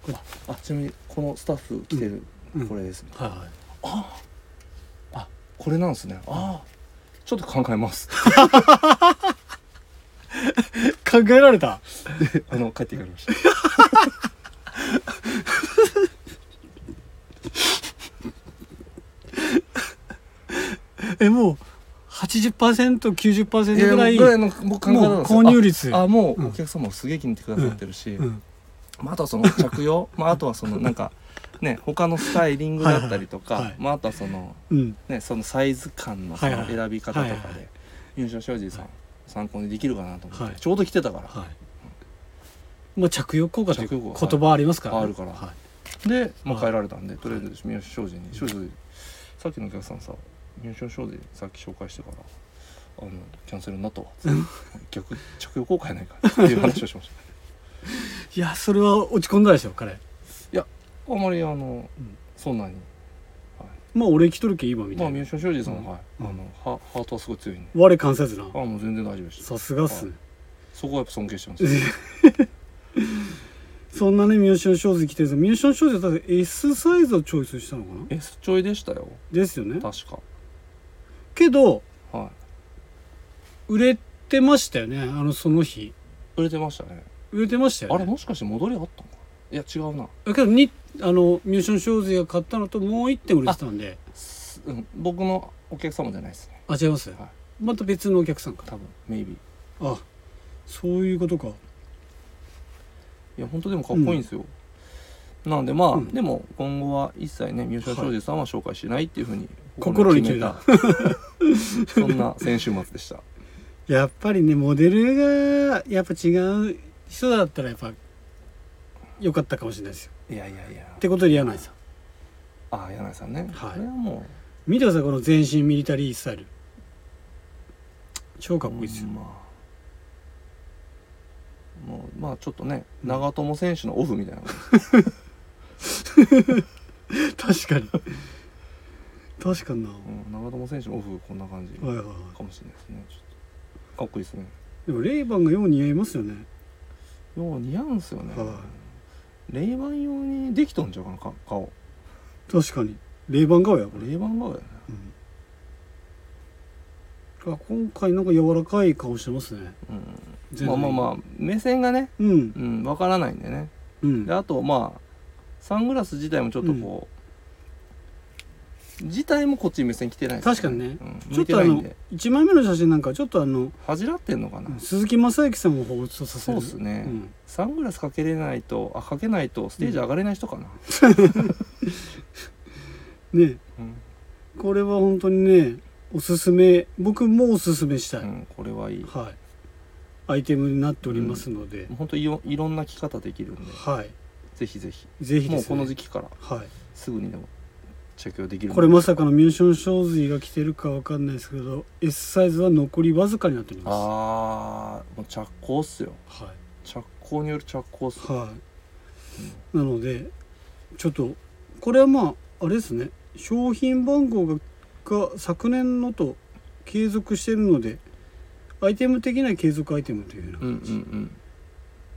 Speaker 1: いは
Speaker 2: あちなみにこのスタッフ来てる、
Speaker 1: いうん
Speaker 2: これです、
Speaker 1: はいはい
Speaker 2: あこれなんですねああちょっと考えます
Speaker 1: 考えられた
Speaker 2: あの帰っていかれま した
Speaker 1: えもう 80%90%
Speaker 2: いや
Speaker 1: ぐらい
Speaker 2: ぐらいの僕考えたんですよ
Speaker 1: もう購入率
Speaker 2: ああも
Speaker 1: うん
Speaker 2: うお客様もすげえ気に入ってくださってるし、
Speaker 1: うん
Speaker 2: まあ、あとはその着 用まああとはそのなんかね他のスタイリングだったりとか、
Speaker 1: はいはいはい
Speaker 2: まああとはその
Speaker 1: うん
Speaker 2: ねそのサイズ感のそ
Speaker 1: はいは
Speaker 2: の
Speaker 1: い
Speaker 2: 選び方とか
Speaker 1: はいはい
Speaker 2: で入社商事さん参考にできるかなと思って、
Speaker 1: はい
Speaker 2: ちょうど来てたから、
Speaker 1: はいまあ着用効果という
Speaker 2: 着用効果
Speaker 1: 言葉ありますからね
Speaker 2: あるから
Speaker 1: は
Speaker 2: で、まあ、
Speaker 1: はい
Speaker 2: 変えられたんで、とりあえず三好商事に商事さっきのお客さんさ三好商事さっき紹介してからあのキャンセルに なったわ逆着用効果やないかっていう話をしました
Speaker 1: いいやそれは落ち込んだでしょ彼
Speaker 2: あまりあの、
Speaker 1: うん
Speaker 2: そんなに、
Speaker 1: まあ俺生きとるけ今み
Speaker 2: ま
Speaker 1: た
Speaker 2: あ、
Speaker 1: い
Speaker 2: 三
Speaker 1: な
Speaker 2: 好商事さんは、
Speaker 1: うん
Speaker 2: はい、あ
Speaker 1: うん
Speaker 2: のハハートはすごい強いんで、
Speaker 1: 我関せずな
Speaker 2: あもう全然大丈夫でした
Speaker 1: さすがっすね
Speaker 2: そこはやっぱ尊敬してます
Speaker 1: そんなねミュージシャン小説来てるんですがミュージシャン小説は S サイズをチョイスしたのかな
Speaker 2: S ちょいでしたよ
Speaker 1: ですよね
Speaker 2: 確か
Speaker 1: けど
Speaker 2: はい
Speaker 1: 売れてましたよねあのその日
Speaker 2: 売れてましたね
Speaker 1: 売れてましたよ
Speaker 2: あ
Speaker 1: ね
Speaker 2: れもしかして戻りあったのかいや違うな
Speaker 1: だけどにあのミュージシャン小説が買ったのともう1点売れてたんです
Speaker 2: うん、僕のお客様じゃないですね
Speaker 1: あ違います、
Speaker 2: はい
Speaker 1: また別のお客さんか
Speaker 2: 多分 maybe
Speaker 1: あそういうことか
Speaker 2: いや本当でもかっこいいんですよ、なんでまあ、
Speaker 1: うん
Speaker 2: でも今後は一切ね三好庄司さんは紹介しないっていうふうに
Speaker 1: 心に決めた
Speaker 2: 心に決めたそんな先週末でした
Speaker 1: やっぱりねモデルがやっぱ違う人だったらやっぱ良かったかもしれないですよ
Speaker 2: いやいやいや
Speaker 1: ってことで柳井さん
Speaker 2: ああ柳井さんね、
Speaker 1: はい
Speaker 2: これはも
Speaker 1: 見てくださいこの全身ミリタリースタイル超
Speaker 2: う
Speaker 1: かっこいいですよ、
Speaker 2: まあもうまあちょっとね長友選手のオフみたいなもんです
Speaker 1: 確かに確かにな、
Speaker 2: うん長友選手のオフこんな感じか
Speaker 1: はいはいはい
Speaker 2: もしれないですねちょっとかっこいいですね
Speaker 1: でもレイバンがよう似合いますよね
Speaker 2: よう似合うんすよね、
Speaker 1: は
Speaker 2: レイバン用にできとんちゃうかなか顔
Speaker 1: 確かにレイバン顔やこれ、
Speaker 2: レイバン顔やね
Speaker 1: うんあ今回なんか柔らかい顔してますね
Speaker 2: うん
Speaker 1: 全
Speaker 2: まあ
Speaker 1: 然
Speaker 2: まあまあ目線がね、
Speaker 1: うん
Speaker 2: うん、わからないんでね
Speaker 1: うん
Speaker 2: であとまあサングラス自体もちょっとこう、自体もこっちに目線来てないです、
Speaker 1: 確かにね
Speaker 2: うん、
Speaker 1: ちょ
Speaker 2: 向
Speaker 1: っ
Speaker 2: いて
Speaker 1: とあ
Speaker 2: ないん
Speaker 1: の
Speaker 2: で
Speaker 1: 1枚目の写真なんかちょっとあの
Speaker 2: 恥じらってんのかな、
Speaker 1: 鈴木雅之さんを彷彿とさせ
Speaker 2: そう
Speaker 1: る
Speaker 2: っすね、
Speaker 1: うん
Speaker 2: サングラスかけれないとあかけないとステージ上がれない人かな、
Speaker 1: ね
Speaker 2: うん
Speaker 1: これは本当にねおすすめ僕もおすすめしたい、
Speaker 2: うんこれはいいも
Speaker 1: はいアイテムになっておりますので、
Speaker 2: うほんといろいろんな着方できるんで
Speaker 1: はい
Speaker 2: ぜひぜひ
Speaker 1: ぜひですね
Speaker 2: もうこの時期から
Speaker 1: はい
Speaker 2: すぐにでも着用できる
Speaker 1: これまさかのミュージション小髄が着てるかわかんないですけど S サイズは残りわずかになっておりま
Speaker 2: ああもう着工っすよ
Speaker 1: すはい
Speaker 2: 着工による着工っす
Speaker 1: はい、なのでちょっとこれはまああれですね商品番号がが昨年のと継続してるのでアイテム的な継続アイテムというよう
Speaker 2: うん
Speaker 1: な
Speaker 2: うんうん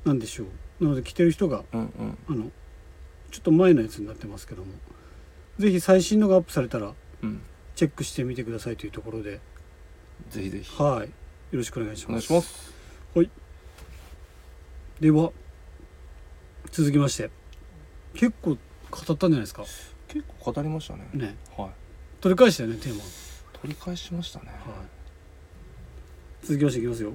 Speaker 1: なんでしょうなので着てる人が
Speaker 2: うんうん
Speaker 1: あのちょっと前のやつになってますけどもぜひ最新のがアップされたら
Speaker 2: うん
Speaker 1: チェックしてみてくださいというところで
Speaker 2: ぜひぜひ
Speaker 1: はいよろしくお願いし
Speaker 2: お願
Speaker 1: ま
Speaker 2: い
Speaker 1: す
Speaker 2: します
Speaker 1: では続きまして結構語ったんじゃないですか
Speaker 2: 結構語りましたね
Speaker 1: ね
Speaker 2: はい
Speaker 1: 取り返したよねテーマ
Speaker 2: 取り返しましたね
Speaker 1: はい、続きましていきますよ、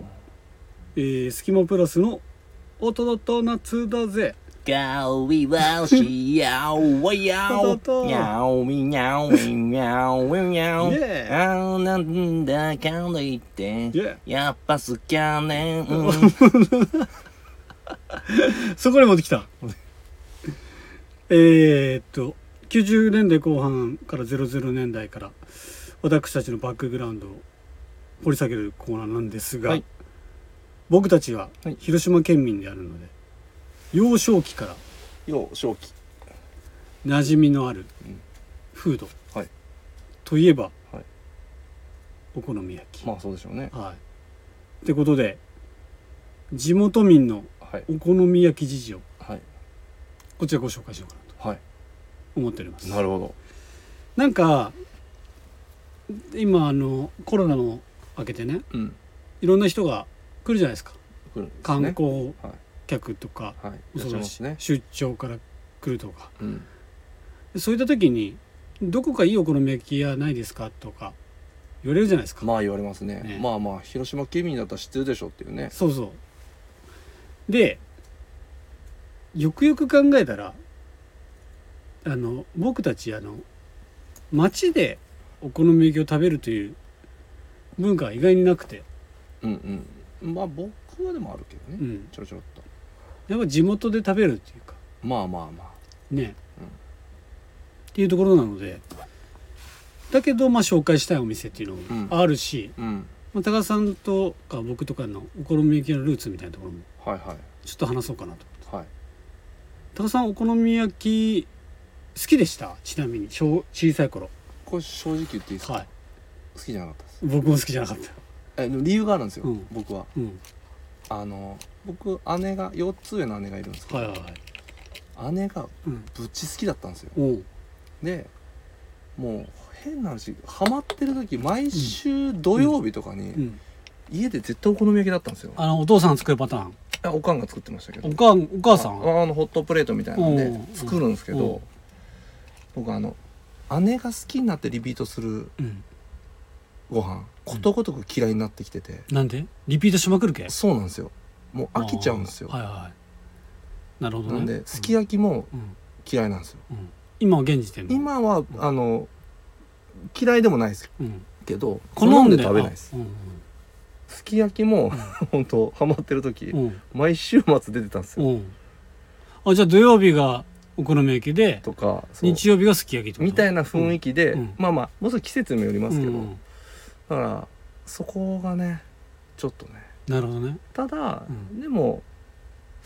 Speaker 1: えー、スキマプラスの「大人と夏だぜ
Speaker 3: 高一万是要我要
Speaker 1: ト。トト
Speaker 3: 喵咪喵咪喵咪喵
Speaker 1: Yeah
Speaker 3: あーなんだかんだ言って」
Speaker 1: Yeah
Speaker 3: やっぱ好きやねん、うん、
Speaker 1: そこに持ってきた えーっと90年代後半から00年代から私たちのバックグラウンドを掘り下げるコーナーなんですが、
Speaker 2: はい
Speaker 1: 僕たちは
Speaker 2: はい
Speaker 1: 広島県民であるので、幼少期から
Speaker 2: よう正気
Speaker 1: 馴染みのある
Speaker 2: うん
Speaker 1: フード、
Speaker 2: はい
Speaker 1: といえば、
Speaker 2: はい
Speaker 1: お好み焼き、
Speaker 2: まあそうでしょうね
Speaker 1: はい。ってことで地元民の
Speaker 2: はい
Speaker 1: お好み焼き事情
Speaker 2: はい
Speaker 1: こちらご紹介しようかなと
Speaker 2: はい
Speaker 1: 思っております。
Speaker 2: なるほど
Speaker 1: なんか今あのコロナも明けてね
Speaker 2: うん
Speaker 1: いろんな人が来るじゃないですか
Speaker 2: 来るんですね
Speaker 1: 観光
Speaker 2: はい
Speaker 1: 客とか
Speaker 2: はいい
Speaker 1: そう
Speaker 2: らっしゃい
Speaker 1: だ
Speaker 2: ま
Speaker 1: し、
Speaker 2: すね
Speaker 1: 出張から来るとか
Speaker 2: うん
Speaker 1: そういった時に「どこかいいお好み焼き屋ないですか?」とか言われるじゃないですか、
Speaker 2: まあ言われますね
Speaker 1: ね
Speaker 2: まあまあ広島県民だったら知ってるでしょっていうね
Speaker 1: そうそうでよくよく考えたらあの僕たちあの街でお好み焼きを食べるという文化は意外になくて、
Speaker 2: うんうんまあ僕はでもあるけど
Speaker 1: う
Speaker 2: ね
Speaker 1: ん、
Speaker 2: ちょろちょろっと
Speaker 1: やっぱ地元で食べるっていうか
Speaker 2: まあまあまあ
Speaker 1: ね、
Speaker 2: うん
Speaker 1: っていうところなのでだけどまあ紹介したいお店っていうのもあるし、
Speaker 2: うん
Speaker 1: まあ、高田さんとか僕とかのお好み焼きのルーツみたいなところも
Speaker 2: はいはい
Speaker 1: ちょっと話そうかなと
Speaker 2: はい
Speaker 1: 高田さんお好み焼き好きでしたちなみに小小さい頃
Speaker 2: これ正直言っていいですか
Speaker 1: はい
Speaker 2: 好きじゃなかったです
Speaker 1: 僕も好きじゃなかった、
Speaker 2: えでも理由があるんですよ、
Speaker 1: うん
Speaker 2: 僕は
Speaker 1: うん、
Speaker 2: あの僕姉が4つ上の姉がいるんですけど、
Speaker 1: はいはいはい、
Speaker 2: 姉が
Speaker 1: うん、
Speaker 2: ぶっち好きだったんですよ
Speaker 1: おう
Speaker 2: でもう変な話ハマってる時毎週土曜日とか
Speaker 1: う
Speaker 2: に
Speaker 1: ん、
Speaker 2: 家で絶対お好み焼きだったんですよ、
Speaker 1: あのお父さん作るパターン
Speaker 2: あおかんが作ってましたけど
Speaker 1: おかんお母さん
Speaker 2: ああのホットプレートみたいなんで
Speaker 1: うん
Speaker 2: 作るんですけ
Speaker 1: う
Speaker 2: ど僕あの姉が好きになってリピートする
Speaker 1: うん、
Speaker 2: ご飯ことごとく嫌いになってきてて、
Speaker 1: なんでリピートしまくるけ
Speaker 2: そうなんですよもう飽きちゃうんですよ、
Speaker 1: はいはいなるほどね
Speaker 2: なんですき焼きも
Speaker 1: うんうん
Speaker 2: 嫌いなんですよ
Speaker 1: うん、今は現時点で
Speaker 2: 今は、あの嫌いでもないです
Speaker 1: うん、
Speaker 2: けど
Speaker 1: 好んで
Speaker 2: 食べないです
Speaker 1: あうん
Speaker 2: すき焼きも本当ハマってる時、
Speaker 1: うんうん
Speaker 2: 毎週末出てたんですよ、
Speaker 1: うんあじゃあ土曜日がお好み焼きで
Speaker 2: とかそう
Speaker 1: 日曜日がすき焼きってこと
Speaker 2: みた
Speaker 1: ない
Speaker 2: な雰囲気で、
Speaker 1: うんうん
Speaker 2: まあまあもうそれ季節にもよりますけど、
Speaker 1: うん、
Speaker 2: だからそこがねちょっとね
Speaker 1: なるほどね
Speaker 2: ただ、
Speaker 1: うん
Speaker 2: でも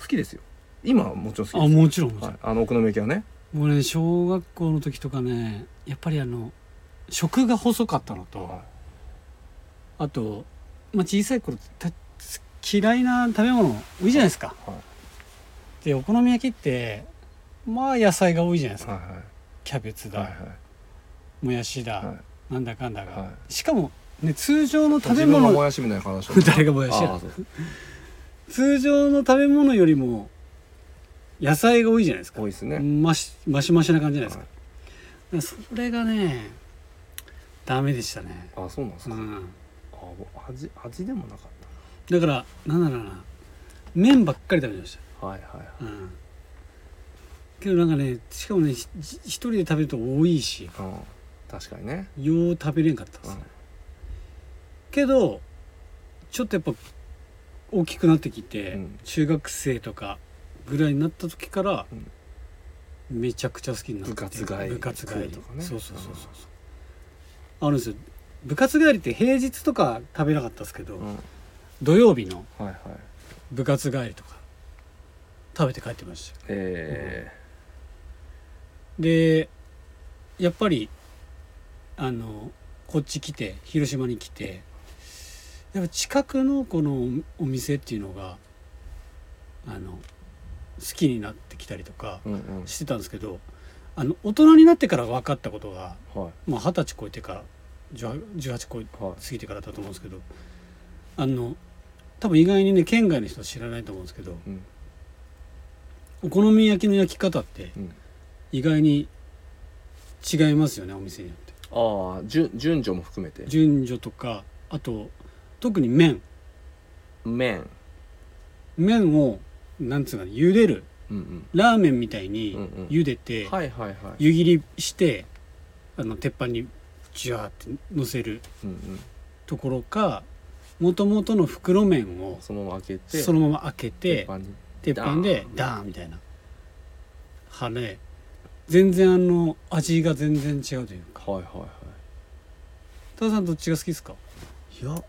Speaker 2: 好きですよ今はもちろん好
Speaker 1: あ
Speaker 2: きです
Speaker 1: もちろんもちろん、
Speaker 2: はい、あのお好み焼きはね
Speaker 1: 僕ね小学校の時とかねやっぱりあの食が細かったのと、
Speaker 2: は
Speaker 1: あと、まあ、小さい頃た嫌いな食べ物多いじゃないですか、
Speaker 2: はいは
Speaker 1: でお好み焼きってまあ野菜が多いじゃないです
Speaker 2: い
Speaker 1: か、
Speaker 2: はい
Speaker 1: キャベツだ、
Speaker 2: はいはい
Speaker 1: もやしだ、
Speaker 2: はいはい
Speaker 1: なんだかんだが、
Speaker 2: は
Speaker 1: しかもね通常の食べ
Speaker 2: 自分がも
Speaker 1: 物
Speaker 2: やしみたいな話を
Speaker 1: 誰がもやし
Speaker 2: ああ
Speaker 1: や
Speaker 2: そう
Speaker 1: 通常の食べ物よりも野菜が多いじゃないですか
Speaker 2: 多いですね、
Speaker 1: マシマシマシな感じじゃないですか
Speaker 2: は、
Speaker 1: だからそれがねダメでしたね
Speaker 2: いあそうなんです
Speaker 1: う
Speaker 2: か、
Speaker 1: ん
Speaker 2: あもう味味でもなかっ
Speaker 1: だからなんだろうな麺ばっかり食べてました
Speaker 2: はいはいはい
Speaker 1: うんけどなんかねしかもねひひ一人で食べると多いし
Speaker 2: うん確かにね、
Speaker 1: よう食べれんかったで
Speaker 2: うん
Speaker 1: す、けどちょっとやっぱ大きくなってきて、
Speaker 2: うん
Speaker 1: 中学生とかぐらいになった時から、
Speaker 2: うん
Speaker 1: めちゃくちゃ好きになって
Speaker 2: 部活帰り
Speaker 1: 部活帰り
Speaker 2: とかね
Speaker 1: そうそうそうそうそうあるんですよ部活帰りって平日とか食べなかったですけど、
Speaker 2: うんはい
Speaker 1: 土曜日の
Speaker 2: はい
Speaker 1: 部活帰りとか食べて帰ってましたよ
Speaker 2: え
Speaker 1: でやっぱりあのこっち来て広島に来てやっぱ近くのこのお店っていうのがあの好きになってきたりとか
Speaker 2: ー、うんうん
Speaker 1: してたんですけどあの大人になってから分かったことが
Speaker 2: はい
Speaker 1: まあ二十歳超えてから18超え
Speaker 2: はい
Speaker 1: 過ぎてからだと思うんですけどあの多分意外にね県外の人は知らないと思うんですけど
Speaker 2: うん
Speaker 1: お好み焼きの焼き方って
Speaker 2: うん
Speaker 1: 意外に違いますよねお店によって
Speaker 2: ああ順順序も含めて
Speaker 1: 順序とかあと特に麺
Speaker 2: 麺
Speaker 1: 麺をなんつうかな茹でる
Speaker 2: うん
Speaker 1: ラーメンみたいに
Speaker 2: うんうん
Speaker 1: 茹でて、
Speaker 2: うんはいはいはい
Speaker 1: 湯切りしてあの鉄板にジュワーって乗せる
Speaker 2: うんうん
Speaker 1: ところかもともとの袋麺を
Speaker 2: そのまま開けて
Speaker 1: そのまま開け
Speaker 2: 鉄
Speaker 1: て
Speaker 2: 板に
Speaker 1: 鉄板でダーンみたいなはね全然あの味が全然違うというか
Speaker 2: はいはいは
Speaker 1: 多田さんどっちが好きですか
Speaker 2: いいや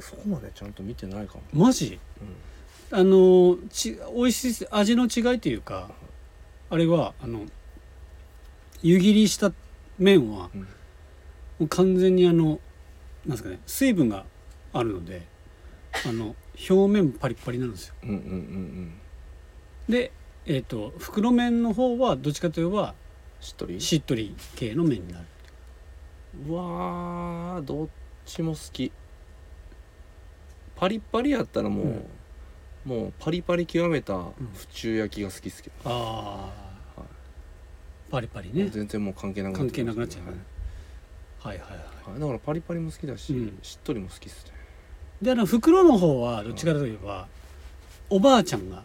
Speaker 2: そこまでちゃんと見てないかも、
Speaker 1: マジ
Speaker 2: う
Speaker 1: あのち美味しい味の違いというかあれはあの湯切りした麺は
Speaker 2: んうん、
Speaker 1: もう完全にあのなんですかね水分があるのであの表面パリッパリなんですよ
Speaker 2: うんうんうん
Speaker 1: でえっ、と袋麺の方はどっちかといえば
Speaker 2: うんしっとり
Speaker 1: しっとり系の麺になる
Speaker 2: うわーどっちも好きパリッパリやったらもう、
Speaker 1: うん
Speaker 2: もうパリパリ極めた
Speaker 1: ん
Speaker 2: 府中焼きが好きっすけど、
Speaker 1: ああ、
Speaker 2: は
Speaker 1: パリパリ
Speaker 2: もう
Speaker 1: ね
Speaker 2: 全然もう関係なく
Speaker 1: 関係なくなっちゃう
Speaker 2: は
Speaker 1: ねはいはいはい
Speaker 2: いはいだからパリパリも好きだし、
Speaker 1: うん
Speaker 2: しっとりも好きっすね
Speaker 1: であの袋の方はどっちかといえば、おばあちゃんが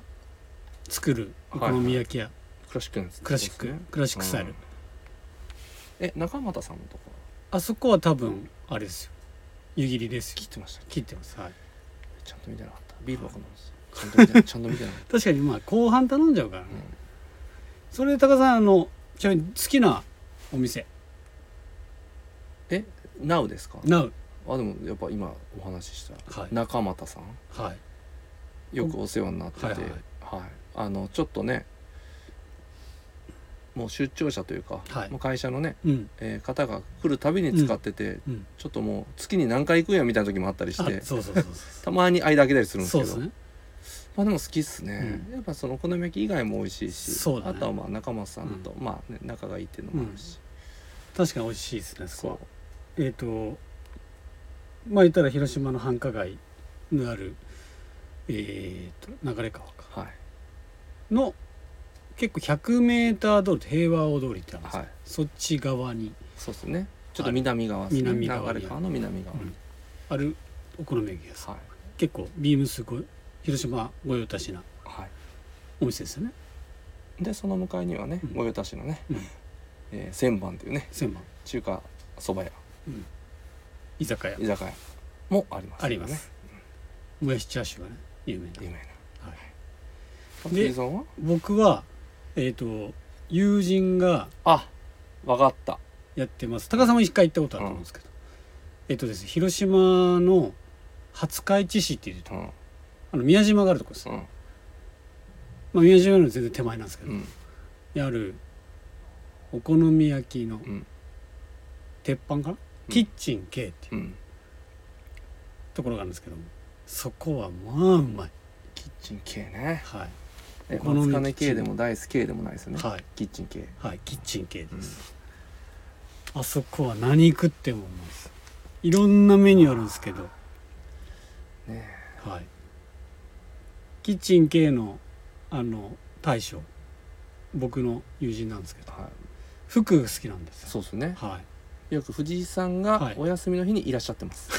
Speaker 1: 作るお好み焼きや、
Speaker 2: クラシックなんですね
Speaker 1: クラシック、
Speaker 2: そうっすね
Speaker 1: クラシックスタイル、
Speaker 2: うんえ中俣さんのとこ
Speaker 1: あそこは多分あれですよ湯切りですよ
Speaker 2: 切ってましたっけ
Speaker 1: 切ってます、はい、
Speaker 2: ちゃんと見てなかったビールはかんですちゃんと見て なちゃんと見てなかっ
Speaker 1: 確かにまあ後半頼んじゃうからね、
Speaker 2: うん
Speaker 1: それで高さんあのちなみに好きなお店
Speaker 2: たえ NOW ですか
Speaker 1: NOW
Speaker 2: あでもやっぱ今お話しした、
Speaker 1: はい
Speaker 2: 中俣さん
Speaker 1: はい
Speaker 2: よくお世話になってて、
Speaker 1: は
Speaker 2: はいい
Speaker 1: はい
Speaker 2: あのちょっとねもう出張者というか、
Speaker 1: はい
Speaker 2: もう会社のね、
Speaker 1: うん
Speaker 2: えー方が来るたびに使ってて、
Speaker 1: うん
Speaker 2: ちょっともう月に何回行くんやみたいな時もあったりし
Speaker 1: あ
Speaker 2: て
Speaker 1: そうそうそうそう
Speaker 2: たまに間開けたり するんです
Speaker 1: そう
Speaker 2: け
Speaker 1: で
Speaker 2: ど
Speaker 1: すね
Speaker 2: まあでも好きっすね、やっぱそのお好み焼き以外も美味しいし
Speaker 1: そうだね
Speaker 2: あとはまあ中松さんと、まあね、仲がいいっていうのもあるし、
Speaker 1: 確かに美味しいですねそこ
Speaker 2: そ
Speaker 1: は
Speaker 2: う
Speaker 1: えっ、とまあ言ったら広島の繁華街のあるえっ、と流れ川か
Speaker 2: はい
Speaker 1: の結構 100m 通りと平和大通りってあるんですよ、
Speaker 2: はい
Speaker 1: そっち側に
Speaker 2: そうですねちょっと南側ですね、
Speaker 1: 南側
Speaker 2: 流れ川の南側、
Speaker 1: うんあるお好み焼き屋さん
Speaker 2: はい
Speaker 1: 結構ビームスご広島御用達な
Speaker 2: はい
Speaker 1: お店ですよね
Speaker 2: でその向かいにはね
Speaker 1: うん
Speaker 2: 御用達のね、
Speaker 1: うん
Speaker 2: えー千番というね
Speaker 1: 千番
Speaker 2: 中華そば屋
Speaker 1: 居酒屋
Speaker 2: 居酒屋もあります
Speaker 1: あ
Speaker 2: ね、
Speaker 1: ります、もやしチャーシューがね有名な
Speaker 2: 有名な
Speaker 1: はい
Speaker 2: 松井さんは
Speaker 1: 僕はえっ、と友人が
Speaker 2: あわかった
Speaker 1: やってます高さんも一回行ったことあると思うんですけど、えっ、とですね広島の廿日市市っていうと
Speaker 2: うんうん
Speaker 1: あの宮島があるとこです、まあ、宮島よりも全然手前なんですけど、
Speaker 2: うん
Speaker 1: であるお好み焼きの
Speaker 2: うん
Speaker 1: 鉄板かな、キッチン K っていう
Speaker 2: うん
Speaker 1: ところがあるんですけどもそこはまあうまい
Speaker 2: キッチン系ね
Speaker 1: はい
Speaker 2: え
Speaker 1: お好み
Speaker 2: 松金系でもダイス系でもないですよね、
Speaker 1: はい
Speaker 2: キッチン系
Speaker 1: はい、キッチン系です、あそこは何食ってもうまいですいろんなメニューあるんですけど
Speaker 2: ね
Speaker 1: はいキッチン系のあの大将僕の友人なんですけど
Speaker 2: はい
Speaker 1: 服が好きなんですよ
Speaker 2: そうですね
Speaker 1: はい
Speaker 2: よく藤井さん
Speaker 1: は
Speaker 2: が
Speaker 1: い
Speaker 2: お休みの日にいらっしゃってます、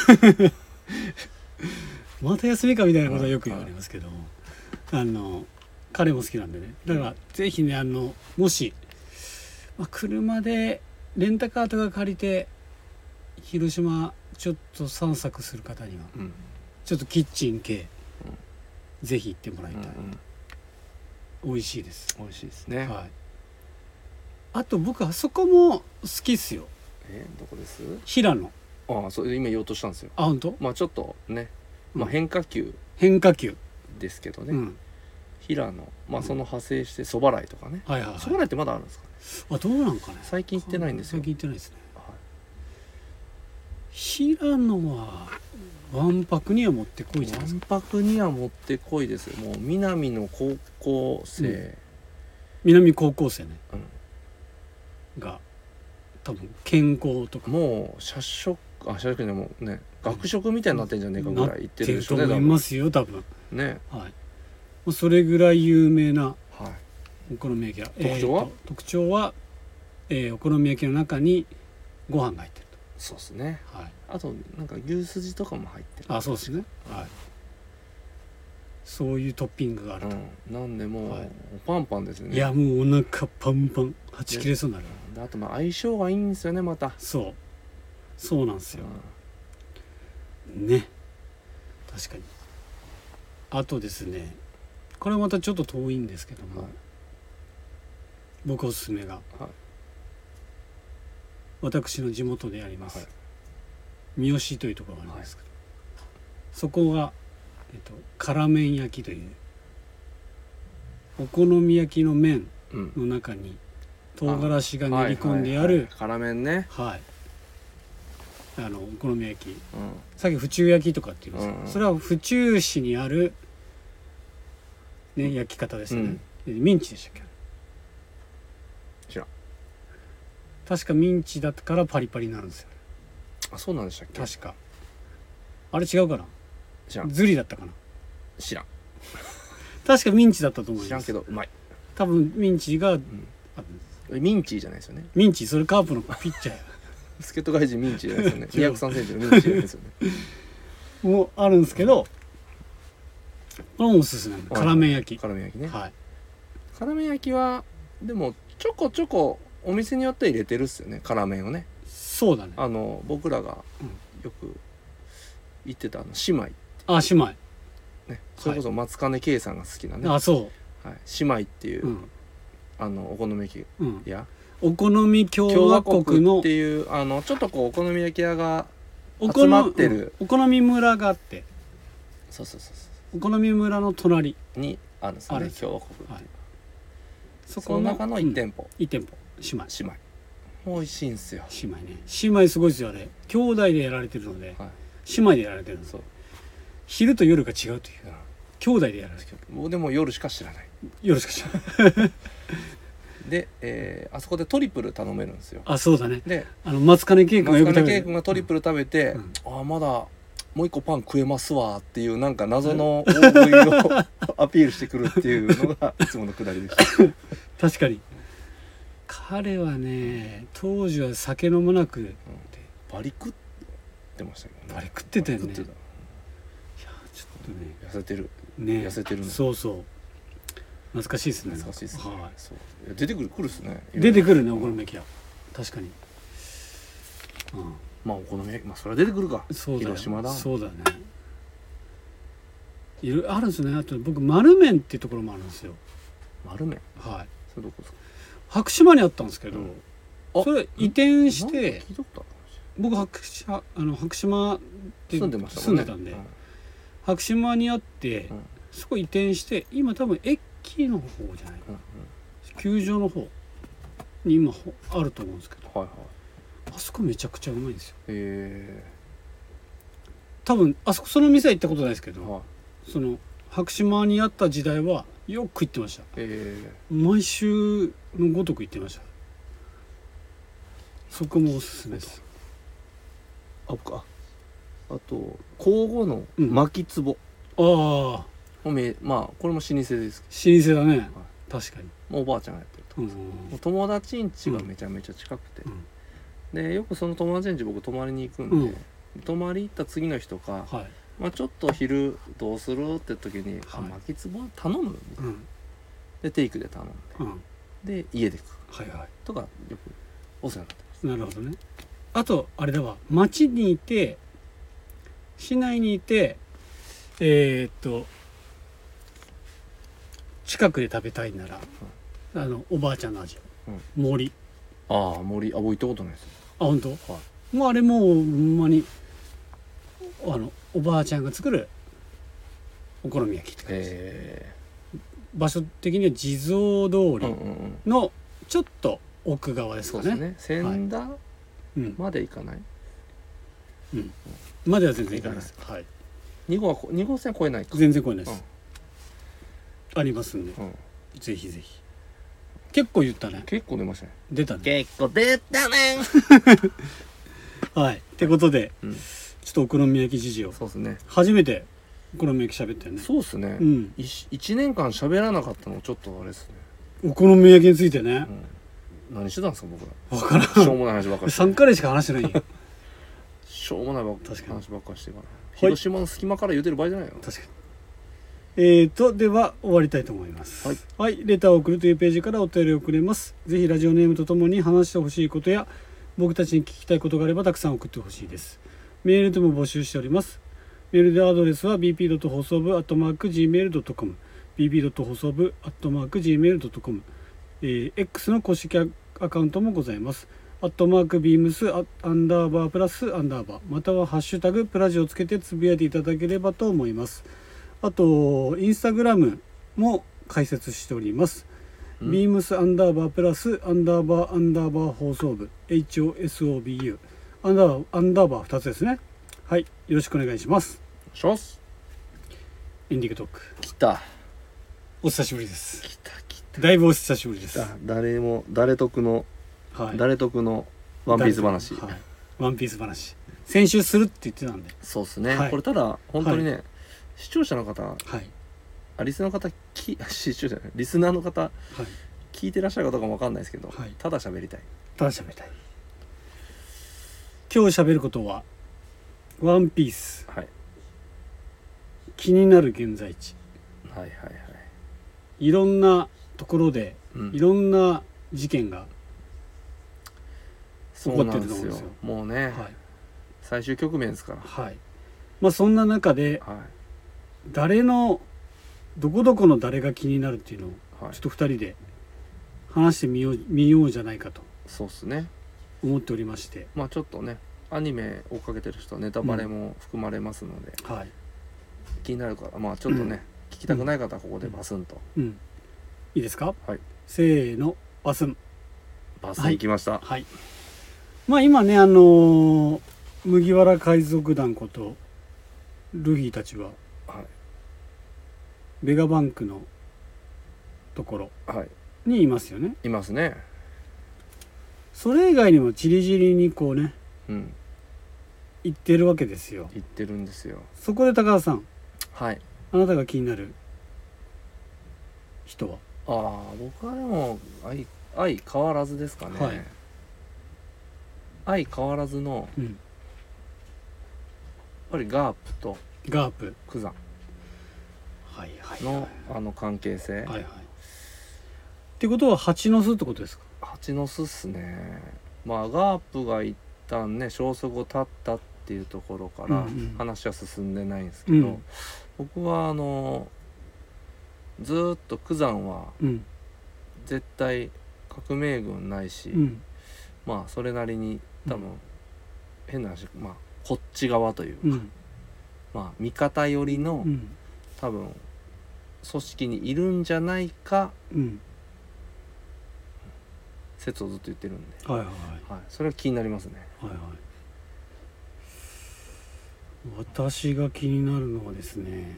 Speaker 1: また休みかみたいなことはよく言われますけど、あの彼も好きなんでねだからぜひねあのもし、まあ、車でレンタカーとか借りて広島ちょっと散策する方には
Speaker 2: うん
Speaker 1: ちょっとキッチン系、ぜひ行ってもらい
Speaker 2: うんう
Speaker 1: たい、
Speaker 2: ん、
Speaker 1: 美味しいです、
Speaker 2: 美味しいですね、
Speaker 1: はいあと僕あそこも好きっすよ
Speaker 2: えどこです
Speaker 1: 平野
Speaker 2: ああそれ今言おうとしたんですよ
Speaker 1: あ本当
Speaker 2: まあちょっとね、
Speaker 1: うん
Speaker 2: まあ、変化球
Speaker 1: 変化球、
Speaker 2: ですけどね、
Speaker 1: うん
Speaker 2: 平野、ま
Speaker 1: う
Speaker 2: あ、
Speaker 1: ん
Speaker 2: その派生してそばらいとかね
Speaker 1: はいはい、はい、
Speaker 2: そばらいってまだあるんですか
Speaker 1: あ
Speaker 2: ね、
Speaker 1: どうなんかね
Speaker 2: 最近行ってないんですよ
Speaker 1: 最近行ってないですね
Speaker 2: はい
Speaker 1: 平野はわんぱくには持ってこいじゃないですか
Speaker 2: 万博には持ってこいですよもう南の高校生、
Speaker 1: 南高校生ね
Speaker 2: うん
Speaker 1: が多分健康とか
Speaker 2: もう社食あ社食でもうね学食みたいになってんじゃねえかぐらい行ってるでしょう
Speaker 1: な
Speaker 2: ね
Speaker 1: ってると思いますよ多分
Speaker 2: 多分ね
Speaker 1: はいもうそれぐらい有名な
Speaker 2: はい
Speaker 1: お好み焼き屋
Speaker 2: 特徴は
Speaker 1: えーと特徴は、えーお好み焼きの中にご飯が入ってる
Speaker 2: そうっすね
Speaker 1: とはい
Speaker 2: あとなんか牛すじとかも入ってる
Speaker 1: あそうですねはいそういうトッピングがある
Speaker 2: う
Speaker 1: と、
Speaker 2: んなんでもう、
Speaker 1: はい
Speaker 2: パンパンですよね
Speaker 1: いやもうお腹パンパンはち切れそうになる
Speaker 2: であとまあ相性がいいんですよねまた
Speaker 1: そうそうなんですよ
Speaker 2: うん
Speaker 1: ね確かにあとですねこれはまたちょっと遠いんですけども、
Speaker 2: はい
Speaker 1: 僕おすすめが、
Speaker 2: はい
Speaker 1: 私の地元であります、
Speaker 2: はい
Speaker 1: 三好というところがあるんですけど、そこが、えっと、辛麺焼きというお好み焼きの麺
Speaker 2: うん
Speaker 1: の中に唐辛子が練り込んであ
Speaker 2: はいはいはい
Speaker 1: る
Speaker 2: 辛麺ね
Speaker 1: はい、あのお好み焼き
Speaker 2: う
Speaker 1: さっき府中焼きとかって言いましたけど、
Speaker 2: うんうん
Speaker 1: それは府中市にある、ね、焼き方ですよね、でミンチでしたっけ
Speaker 2: 知らん
Speaker 1: 確かミンチだったからパリパリになるんですよね
Speaker 2: あそうなんでしたっけ
Speaker 1: 確かあれ違うかな
Speaker 2: 知らん
Speaker 1: ズリだったかな
Speaker 2: 知らん
Speaker 1: 確かミンチだったと思います
Speaker 2: 知らんけどうまい
Speaker 1: 多分ミンチが、あ
Speaker 2: ミンチーじゃないですよね
Speaker 1: ミンチそれカープのピッチャーや
Speaker 2: 助っ人外人ミンチーじゃないですよね203センチの ミンチーじゃないですよね
Speaker 1: もうあるんですけどこれもおすすめなんで辛麺焼き
Speaker 2: 辛麺焼きね
Speaker 1: はい
Speaker 2: 辛麺焼きはでもちょこちょこお店によっては入れてるっすよね辛麺をね
Speaker 1: そうだね
Speaker 2: あの僕らがよく行ってたあの姉妹
Speaker 1: あ姉妹
Speaker 2: ねそれこそ松金圭さんが好きなね、は
Speaker 1: あそ
Speaker 2: い、姉妹っていう、
Speaker 1: ううん
Speaker 2: あのお好み焼
Speaker 1: うん
Speaker 2: き屋
Speaker 1: お好み共
Speaker 2: 共
Speaker 1: 和
Speaker 2: 和
Speaker 1: 国
Speaker 2: 国
Speaker 1: の
Speaker 2: っていうあのちょっとこうお好み焼き屋が
Speaker 1: お好み
Speaker 2: 集まってる
Speaker 1: うんお好み村があって
Speaker 2: そうそうそうそ
Speaker 1: お好み村の隣
Speaker 2: うにあるんです
Speaker 1: あ
Speaker 2: よ
Speaker 1: るん
Speaker 2: ね
Speaker 1: です
Speaker 2: 共和国っていう、
Speaker 1: はいそ
Speaker 2: そこの中の
Speaker 1: 一
Speaker 2: 1店舗、
Speaker 1: 一店舗姉妹
Speaker 2: 姉妹美味しいんすよ
Speaker 1: 姉妹ね姉妹すごいですよあれ兄弟でやられてるので、
Speaker 2: はい
Speaker 1: 姉妹でやられてるんです
Speaker 2: そう
Speaker 1: 昼と夜が違うという
Speaker 2: いや
Speaker 1: 兄弟でやられてる
Speaker 2: もうでも夜しか知らない
Speaker 1: 夜しか知らない
Speaker 2: で、えーあそこでトリプル頼めるんですよ
Speaker 1: あそうだね
Speaker 2: で
Speaker 1: あの松金圭君が
Speaker 2: 松
Speaker 1: よく食
Speaker 2: 金
Speaker 1: べて
Speaker 2: 圭
Speaker 1: る
Speaker 2: 君がトリプル食べて、
Speaker 1: うん
Speaker 2: ああまだもう一個パン食えますわっていうなんか謎の大食い をアピールしてくるっていうのがいつものくだりでした
Speaker 1: 確かに彼はね当時は酒飲まなく
Speaker 2: バリ食ってましたけどね
Speaker 1: バリ食ってたよね
Speaker 2: バリ食って
Speaker 1: ちょっとね
Speaker 2: た痩せてる
Speaker 1: ね
Speaker 2: 痩せてるの
Speaker 1: そうそう懐かしいですね
Speaker 2: 懐かしいですね、
Speaker 1: は
Speaker 2: そういや出てくるくるっすね
Speaker 1: い、出てくるねお
Speaker 2: うん
Speaker 1: 好み焼き屋確かに、
Speaker 2: まあお好み焼きまあそれは出てくるか
Speaker 1: うん、そうだよ
Speaker 2: 広島だ
Speaker 1: そうだねいろいろあるんですよねあと僕丸麺っていうところもあるんですよ
Speaker 2: 丸麺
Speaker 1: はい
Speaker 2: それどこですか
Speaker 1: 白島にあったんですけど、
Speaker 2: うんあ
Speaker 1: それ移転し
Speaker 2: なん
Speaker 1: て
Speaker 2: か聞いたことある
Speaker 1: 僕白島あの白島で
Speaker 2: 住んでましたも
Speaker 1: 住ん
Speaker 2: んね
Speaker 1: でたんで
Speaker 2: う
Speaker 1: 白島にあって、
Speaker 2: うん
Speaker 1: そこ移転して今多分駅の方じゃない
Speaker 2: うんうん
Speaker 1: 球場の方に今ほあると思うんですけど
Speaker 2: はいはい
Speaker 1: あそこめちゃくちゃうまいんですよ
Speaker 2: え
Speaker 1: 多分あそこその店は行ったことないですけ
Speaker 2: え
Speaker 1: ど、
Speaker 2: はい
Speaker 1: その白島にあった時代はよく行ってました
Speaker 2: ええ
Speaker 1: 毎週のごとく行ってましたそこもおすすめです
Speaker 2: あ僕ああと交互の
Speaker 1: うん
Speaker 2: 巻き壺、
Speaker 1: ああ
Speaker 2: おめまあこれも老舗ですけ
Speaker 1: 老舗だね確かに
Speaker 2: どもうおばあちゃんがやってると、
Speaker 1: うん
Speaker 2: もう友達ん家がめちゃめちゃ近くて、
Speaker 1: うん
Speaker 2: でよくその友達ん家僕泊まりに行くんで、泊まり行った次の日とか、
Speaker 1: はい、
Speaker 2: まあ、ちょっと昼どうするって時に
Speaker 1: はい
Speaker 2: 「あ巻き壺頼む?」
Speaker 1: うん
Speaker 2: でテイクで頼ん
Speaker 1: うん、
Speaker 2: でで家で食
Speaker 1: は
Speaker 2: う
Speaker 1: いは
Speaker 2: とかよくお世話になってます
Speaker 1: いなるほどねあとあれだわ町にいて市内にいてえーっと近くで食べたいなら、あのおばあちゃんの味、
Speaker 2: うん
Speaker 1: 森
Speaker 2: ああ森あ僕行ったことないです
Speaker 1: あ本当、
Speaker 2: は
Speaker 1: もうあれもうほんまにあのおばあちゃんが作るお好み焼きって感じです、
Speaker 2: え
Speaker 1: 場所的には地蔵
Speaker 2: え
Speaker 1: 通
Speaker 2: うん
Speaker 1: り
Speaker 2: うんうん
Speaker 1: のちょっと奥側です
Speaker 2: そ
Speaker 1: か
Speaker 2: う
Speaker 1: ね,、
Speaker 2: ですね千田
Speaker 1: うん、
Speaker 2: まで行かない、
Speaker 1: までは全然いかないです、はい、
Speaker 2: 2号はこ二号線は越えないか、
Speaker 1: 全然怖いです、ありますんで
Speaker 2: うん、
Speaker 1: ぜひぜひ結構言ったね
Speaker 2: 結構出ましたね
Speaker 1: 出たね
Speaker 3: 結構出たね
Speaker 1: はいってことで、
Speaker 2: うん
Speaker 1: ちょっとお好み焼き事情
Speaker 2: そうですね
Speaker 1: 初めてお好み焼き喋ったよね
Speaker 2: そうですね、
Speaker 1: うん
Speaker 2: いし一1年間喋らなかったのちょっとあれですね、
Speaker 1: お好み焼きについてね
Speaker 2: う、ん、何してたんですか僕
Speaker 1: わから
Speaker 2: らしょうもない話ばっかりして
Speaker 1: 3回しか話してないよ
Speaker 2: しょうもないばっ
Speaker 1: 確かに
Speaker 2: 話ばっかりしてから広島の隙間から言うてる場合じゃないよ
Speaker 1: 確かにえーとでは終わりたいと思います
Speaker 2: はい、
Speaker 1: レターを送るというページからお便りをくれますぜひラジオネームとともに話してほしいことや僕たちに聞きたいことがあればたくさん送ってほしいですメールでも募集しておりますメールでアドレスは bp. 放送部 .gmail.com bp. 放送部 .gmail.com、えー X の公式アカウントもございますアットマークビームスアアンダーバープラスアンダーバーまたはハッシュタグプラジをつけてつぶやいていただければと思いますあとインスタグラムも開設しております
Speaker 2: うん
Speaker 1: ビームスアンダーバープラスアンダーバーアンダーバー放送部 HOSOBU アンダーアンダーバー2つですねはいよろしくお願いします
Speaker 2: します
Speaker 1: エンディングトーク
Speaker 2: 来た
Speaker 1: お久しぶりです
Speaker 2: 来た来
Speaker 1: だいぶお久しぶりです、は
Speaker 2: た誰も誰得の、
Speaker 1: い、
Speaker 2: 誰得のワンピース話、
Speaker 1: はい、ワンピース話先週するって言ってたんで、
Speaker 2: そうですね、
Speaker 1: はい
Speaker 2: これただ本当にね、視聴者の方
Speaker 1: はい
Speaker 2: あリスナーの方き 視聴者じゃないリスナーの方
Speaker 1: はい、
Speaker 2: 聞いてらっしゃるかどうかもわかんないですけど、
Speaker 1: はい
Speaker 2: ただ喋りたい
Speaker 1: ただ喋りたい今日喋ることは「ワンピース
Speaker 2: はい
Speaker 1: 気になる現在地
Speaker 2: はいはいはい、」
Speaker 1: いろんなところで
Speaker 2: うん
Speaker 1: いろんな事件が、
Speaker 2: そうなんです
Speaker 1: 怒ってると思うん
Speaker 2: よ
Speaker 1: ですよ
Speaker 2: もうね、
Speaker 1: はい
Speaker 2: 最終局面ですから
Speaker 1: はいまあそんな中で
Speaker 2: は
Speaker 1: 誰のどこどこの誰が気になるっていうのを
Speaker 2: いはい
Speaker 1: ちょっと2人で話してみよう見ようじゃないかと
Speaker 2: そうっすね
Speaker 1: 思っておりまして
Speaker 2: まあちょっとねアニメ追っかけてる人はネタバレも含まれますので、
Speaker 1: はい、
Speaker 2: 気になるからまあちょっとね、聞きたくない方はここでバスンと、
Speaker 1: うん、いいですか、
Speaker 2: はい
Speaker 1: せーのバスン
Speaker 2: バスン行きました、
Speaker 1: はい。まあ今ね、あのー麦わら海賊団こと、ルフィたちは、
Speaker 2: はい
Speaker 1: ベガバンクのところ
Speaker 2: はい、い、
Speaker 1: にいますよね。
Speaker 2: ますね
Speaker 1: それ以外にもチリチリにこうね、
Speaker 2: うん
Speaker 1: 行ってるわけですよ。
Speaker 2: 行ってるんですよ
Speaker 1: そこで高田さん、
Speaker 2: はい
Speaker 1: あなたが気になる人は
Speaker 2: ああ僕はでも相相変わらずですかね、
Speaker 1: はい
Speaker 2: 相変わらずの
Speaker 1: う
Speaker 2: やっ
Speaker 1: ん。
Speaker 2: ぱりガープと
Speaker 1: ガープ。
Speaker 2: クザ
Speaker 1: はいはいはい。
Speaker 2: のあの関係性、
Speaker 1: はいはい。ってことは蜂の巣ってことですか
Speaker 2: 蜂の巣っすねまあガープが一旦ね消息を絶ったっていうところから
Speaker 1: うんうん
Speaker 2: 話は進んでないんですけど、
Speaker 1: うん
Speaker 2: 僕はあのずーっと九山は
Speaker 1: うん。
Speaker 2: 絶対革命軍ないし、
Speaker 1: うん。
Speaker 2: まあそれなりに多分、
Speaker 1: う
Speaker 2: 変な話まあこっち側という、
Speaker 1: うん。
Speaker 2: まあ味方寄りの
Speaker 1: うん。
Speaker 2: 多分組織にいるんじゃないか
Speaker 1: うん。
Speaker 2: 説をずっと言ってるんで、
Speaker 1: はいはいはい。
Speaker 2: はい、それは気になりますね
Speaker 1: はいはい私が気になるのはですね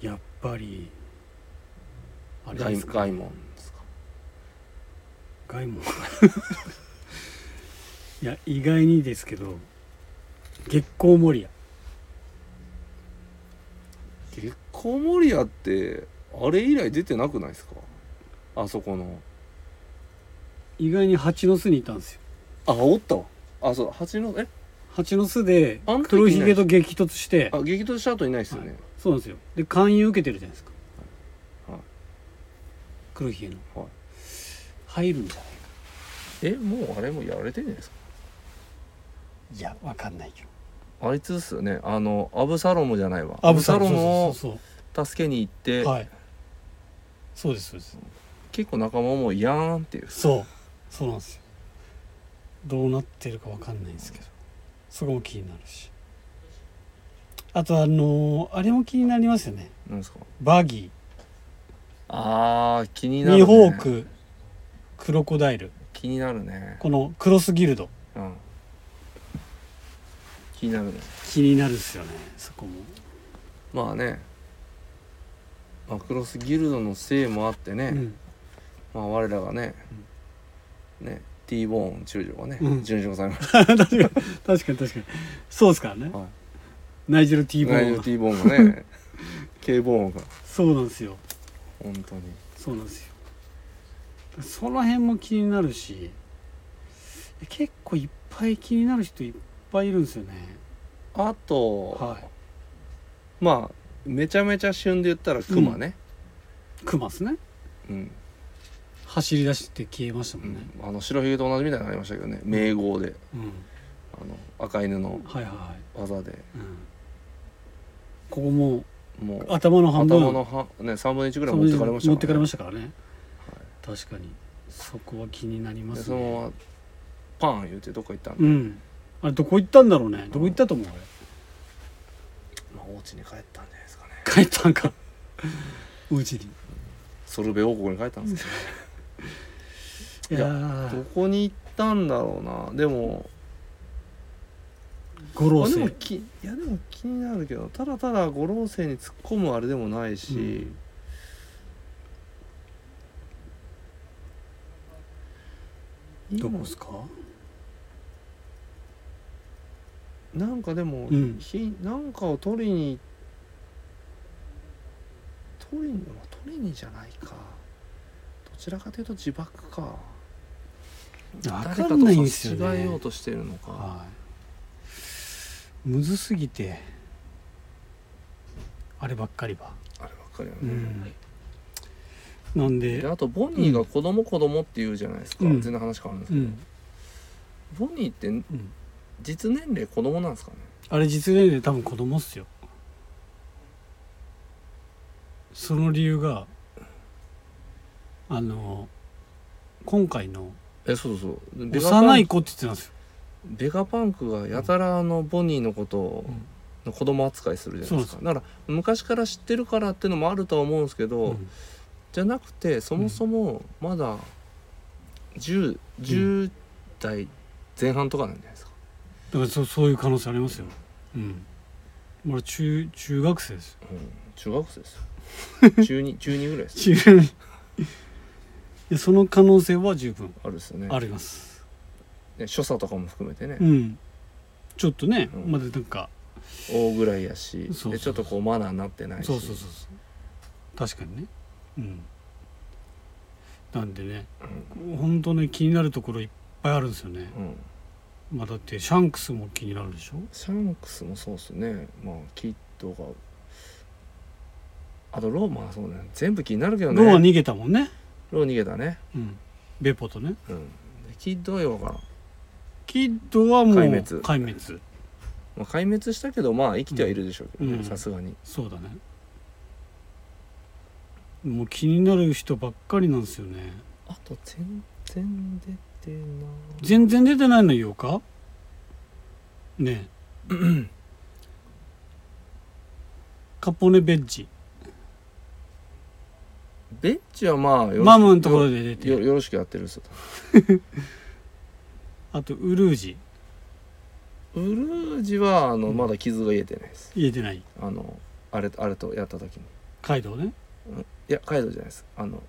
Speaker 1: やっぱりあれ
Speaker 2: ガイ
Speaker 1: ですか
Speaker 2: ガイモンですか
Speaker 1: 外門 いや意外にですけど月光守屋
Speaker 2: 月光守屋ってあれ以来出てなくないですかあそこの
Speaker 1: 意外に蜂の巣にいたんですよ
Speaker 2: あおったわあそう蜂のえ
Speaker 1: 蜂の巣で
Speaker 2: あの時いない
Speaker 1: 黒ひげと激突して
Speaker 2: あ激突した後いないですよね、
Speaker 1: そうなんですよで勧誘受けてるじゃないですか、
Speaker 2: はい
Speaker 1: 黒ひげの、
Speaker 2: はい
Speaker 1: 入るんじゃない
Speaker 2: えもうあれもやられてるんじゃないですか
Speaker 1: いやわかんないけど
Speaker 2: あいつっすよねあのアブサロムじゃないわ
Speaker 1: アブサロンそ
Speaker 2: ム
Speaker 1: う
Speaker 2: を
Speaker 1: そうそう
Speaker 2: 助けに行って、
Speaker 1: はいそうですそうです
Speaker 2: 結構仲間もいやーんっていう
Speaker 1: そうそうなんですよどうなってるかわかんないんですけどそこも気になるしあとあのーあれも気になりますよね
Speaker 2: なんですか
Speaker 1: バギ
Speaker 2: あー気に
Speaker 1: ー、
Speaker 2: なる、ね、
Speaker 1: ニホーククロコダイル
Speaker 2: 気になるね
Speaker 1: このクロスギルド
Speaker 2: うん気になるね
Speaker 1: 気になるっすよねそこも
Speaker 2: まあねマクロスギルドのせいもあってね、
Speaker 1: うん
Speaker 2: まあ我らがね、ね T ボーン中将がね、
Speaker 1: うん
Speaker 2: 順調されまし
Speaker 1: 確かに確かに確かにそうですからね、
Speaker 2: はい
Speaker 1: ナイジェル T
Speaker 2: た
Speaker 1: ボーンは
Speaker 2: T ボーンが ね K ボーンが
Speaker 1: そうなんですよ
Speaker 2: 本当に
Speaker 1: そうなんですよその辺も気になるし結構いっぱい気になる人いっぱいいるんですよね
Speaker 2: あと、
Speaker 1: はい
Speaker 2: まあめちゃめちゃ旬で言ったらクマね、
Speaker 1: クマスね
Speaker 2: うん
Speaker 1: 走り出して消えましたも
Speaker 2: うん
Speaker 1: んね、
Speaker 2: あの白ひげと同じみたいになりましたけどね名号で
Speaker 1: うん
Speaker 2: あの赤犬の
Speaker 1: はいはいはい、
Speaker 2: 技で
Speaker 1: うん、ここも
Speaker 2: もう
Speaker 1: う頭の半分
Speaker 2: 頭のは、ね、3分の1ぐらい持ってかれました
Speaker 1: 持ってかれま
Speaker 2: し
Speaker 1: したからね、確かにそこは気になり
Speaker 2: た
Speaker 1: ま
Speaker 2: ねですその
Speaker 1: ね
Speaker 2: ままパン言ってどっか行ったんで、
Speaker 1: うんあれどこ行ったんだろうねどこ行ったと思うあれ
Speaker 2: まあ、お家に帰ったんじゃないですかね
Speaker 1: 帰ったん かおうちに
Speaker 2: ソルベ王国に帰ったんですけど
Speaker 1: いやー
Speaker 2: どこに行ったんだろうなでも
Speaker 1: 五老
Speaker 2: あでも
Speaker 1: 星
Speaker 2: きいやでも気になるけどただただ五老星に突っ込むあれでもないし、
Speaker 1: うん
Speaker 2: 今
Speaker 1: どこですか
Speaker 2: なんかでも、
Speaker 1: うん
Speaker 2: ひなんかを取りに取りにまあ取りにじゃないかどちらかというと自爆か
Speaker 1: わかんないんですよ
Speaker 2: 誰かと差し違えよ
Speaker 1: ね
Speaker 2: うとしてるのか
Speaker 1: はいむずすぎてあればっかりは
Speaker 2: あればっかりだね、
Speaker 1: うんなん
Speaker 2: で
Speaker 1: で
Speaker 2: あとボニーが子供子供って言うじゃないですか、
Speaker 1: うん
Speaker 2: 全然話変わるんです
Speaker 1: う
Speaker 2: けど、
Speaker 1: ん
Speaker 2: ボニーって
Speaker 1: うん
Speaker 2: 実年齢子供なんですかね
Speaker 1: あれ実例で多分子供っすよその理由があの今回の
Speaker 2: えそうそうベガパン
Speaker 1: 幼い子って言ってたんですよ
Speaker 2: ベガパンクがやたらあのボニーのことを、
Speaker 1: うん
Speaker 2: の子供扱いするじゃないです
Speaker 1: そう
Speaker 2: かだから昔から知ってるからっていうのもあるとは思うんですけ
Speaker 1: う
Speaker 2: ど、
Speaker 1: ん
Speaker 2: じゃなくてそもそもまだ 10, 10代前半とかなんじゃないですか、
Speaker 1: だからそそういう可能性ありますようん俺中中学生ですよ
Speaker 2: うん中学生で すよ中二中二ぐらいですよ
Speaker 1: 中学いやその可能性は十分
Speaker 2: あるですよね
Speaker 1: あります
Speaker 2: ね所作とかも含めてね、
Speaker 1: うんちょっとね、
Speaker 2: うん
Speaker 1: まだなんか
Speaker 2: 大ぐらいやし
Speaker 1: そうそう
Speaker 2: でちょっとこうマナーになってないし
Speaker 1: そうそうそうそう確かにねうんなんでね本当ね気になるところいっぱいあるんですよね、
Speaker 2: うん、
Speaker 1: まあ、だってシャンクスも気になるでしょ
Speaker 2: シャンクスもそうっすねまあキッドがあとローマはそうね全部気になるけどね
Speaker 1: ローは逃げたもんね、
Speaker 2: ロー逃げたね
Speaker 1: うん、ベポとね
Speaker 2: うんでキッドはよくわからん、
Speaker 1: キッドはもう
Speaker 2: 壊滅
Speaker 1: 壊滅
Speaker 2: まあ、壊滅したけどまあ生きてはいるでしょうけど
Speaker 1: うん
Speaker 2: ねさすがに
Speaker 1: そうだねもう気になる人ばっかりなんですよね
Speaker 2: あと全然出てない
Speaker 1: 全然出てないの言おうかねえカポネベッジ
Speaker 2: ベッチはまあよろし
Speaker 1: マムのところで出て
Speaker 2: よよろしくやってるっす
Speaker 1: あとウルージ
Speaker 2: ウルージはあの
Speaker 1: うん
Speaker 2: まだ傷が癒えてないです
Speaker 1: 言えてない
Speaker 2: あのあれあれとやった時に
Speaker 1: カイドウね
Speaker 2: いやカイドウじゃないですあの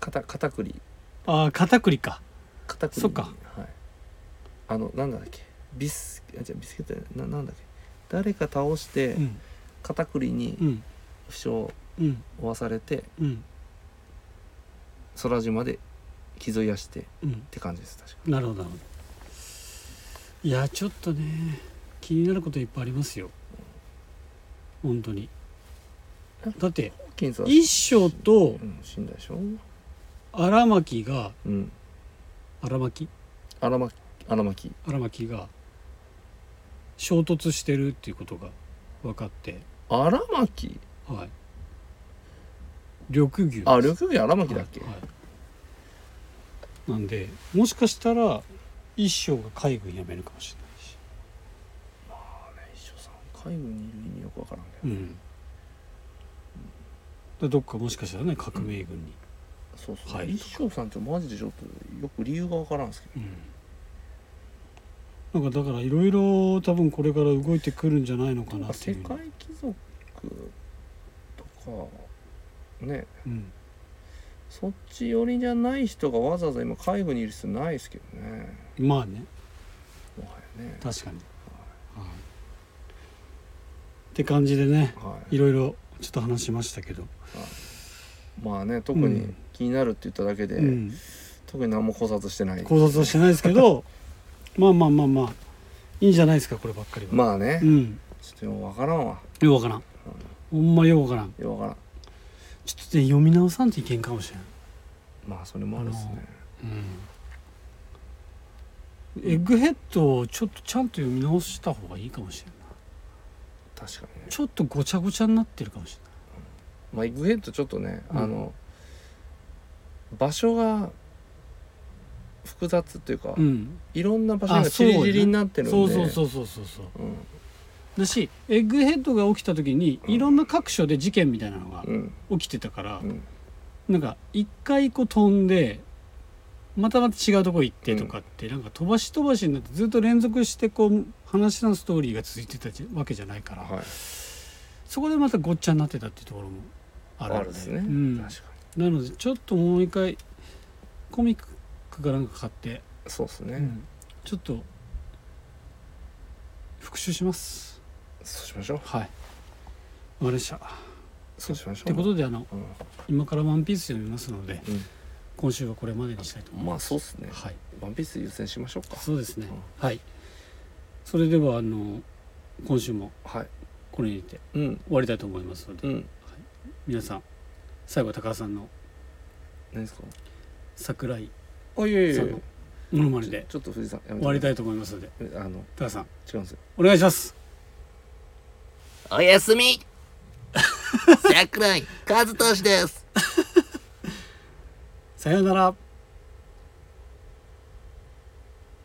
Speaker 2: かた片栗
Speaker 1: ああ片栗か
Speaker 2: 片栗
Speaker 1: そっか
Speaker 2: はいあのなんだっけビスあじゃあビスケットじゃないななんだっけ誰か倒して
Speaker 1: うん
Speaker 2: 片栗に
Speaker 1: うん
Speaker 2: 負傷を
Speaker 1: うん
Speaker 2: 負わされて
Speaker 1: うん
Speaker 2: 空島で傷を癒してっ
Speaker 1: うん
Speaker 2: て感じです確か
Speaker 1: なるほどなるほどいやちょっとね気になることいっぱいありますよ本当にだって
Speaker 2: ホーキンスは
Speaker 1: 一生と
Speaker 2: うん、死んだでしょ
Speaker 1: 荒牧が
Speaker 2: うん
Speaker 1: 荒牧
Speaker 2: 荒巻荒巻
Speaker 1: 荒牧が衝突してるっていうことが分かって
Speaker 2: 荒巻
Speaker 1: はい緑牛です
Speaker 2: あ緑牛荒巻だっけ、
Speaker 1: はい、なんでもしかしたら一生が海軍辞めるかもし
Speaker 2: 一緒さん海軍にいる意味よくわからんけど、
Speaker 1: れないうんでどっかもしかしたらね革命軍に、
Speaker 2: そうそう、
Speaker 1: はい
Speaker 2: 一生さんってマジでちょっとよく理由がわからんすけど
Speaker 1: うんなんかだからいろいろ多分これから動いてくるんじゃないのか
Speaker 2: なん
Speaker 1: な
Speaker 2: か
Speaker 1: ってい
Speaker 2: 世
Speaker 1: う
Speaker 2: 界貴族とかね
Speaker 1: うん、
Speaker 2: そっち寄りじゃない人がわざわざ今海軍にいる必要ないですけどね
Speaker 1: まあね
Speaker 2: もはやね
Speaker 1: 確かに、はいって感じでね
Speaker 2: はいい
Speaker 1: ろいろちょっと話しましたけど、
Speaker 2: まあね特
Speaker 1: う
Speaker 2: に
Speaker 1: ん
Speaker 2: 気になるって言っただけで、
Speaker 1: うん、
Speaker 2: 特に何も考察してない
Speaker 1: 考察はしてないですけど まあまあまあまあいいんじゃないですかこればっかりは、
Speaker 2: まあね、
Speaker 1: うん
Speaker 2: ちょっとようわからんわ
Speaker 1: ようわからんほんまようわからん
Speaker 2: ようわからん
Speaker 1: ちょっとね読み直さんといけんかもしれん
Speaker 2: まあそれもあるっすね
Speaker 1: うんエッグヘッドをちょっとちゃんと読み直した方がいいかもしれない
Speaker 2: 確かにね
Speaker 1: ちょっとごちゃごちゃになってるかもし
Speaker 2: まあエッグヘッドちょっとね、
Speaker 1: うん
Speaker 2: あの場所が複雑っていうか、
Speaker 1: れないうん
Speaker 2: いろんな場所
Speaker 1: あ
Speaker 2: が
Speaker 1: そ
Speaker 2: チ
Speaker 1: うよね
Speaker 2: り散りになってるんで
Speaker 1: そうそうそうそうそうそう
Speaker 2: うん
Speaker 1: だしエッグヘッドが起きた時にいろんな各所で事件みたいなのが
Speaker 2: うん
Speaker 1: 起きてたから
Speaker 2: う、ん
Speaker 1: なんか一回こう飛んでまたまた違うとこ行ってとかって、なんか飛ばし飛ばしになってずっと連続してこう話のストーリーが続いてたじわけじゃないから、
Speaker 2: はい
Speaker 1: そこでまたごっちゃになってたっていうところもある
Speaker 2: あ
Speaker 1: の
Speaker 2: るですね、
Speaker 1: うん
Speaker 2: 確か
Speaker 1: なのでちょっともう一回コミックかなんか買って、
Speaker 2: にそうですね、
Speaker 1: うんちょっと復習します
Speaker 2: そうしましょう
Speaker 1: はいわかりましたっ
Speaker 2: そうしましょう
Speaker 1: てことであの
Speaker 2: うん
Speaker 1: 今から「ワンピース読みますので
Speaker 2: うん
Speaker 1: 今週はこれまでにしたいと思います
Speaker 2: まあそうっすね。
Speaker 1: はい
Speaker 2: ワンピース優先しましょうか。
Speaker 1: そうですねはいそれではあの今週も
Speaker 2: はい。
Speaker 1: これにて
Speaker 2: うん
Speaker 1: 終わりたいと思いますので
Speaker 2: うん。
Speaker 1: 皆さん最後は高田さんの
Speaker 2: 何ですか。
Speaker 1: 桜井
Speaker 2: あいやいやい
Speaker 1: さ
Speaker 2: や
Speaker 1: んのものまねで
Speaker 2: ちょっと藤井さんやめて。
Speaker 1: 終わりたいと思いますので
Speaker 2: い。あの
Speaker 1: 高田さん
Speaker 2: 違うんですよ。
Speaker 1: お願いします
Speaker 3: おやすみ桜井和俊です
Speaker 1: さようなら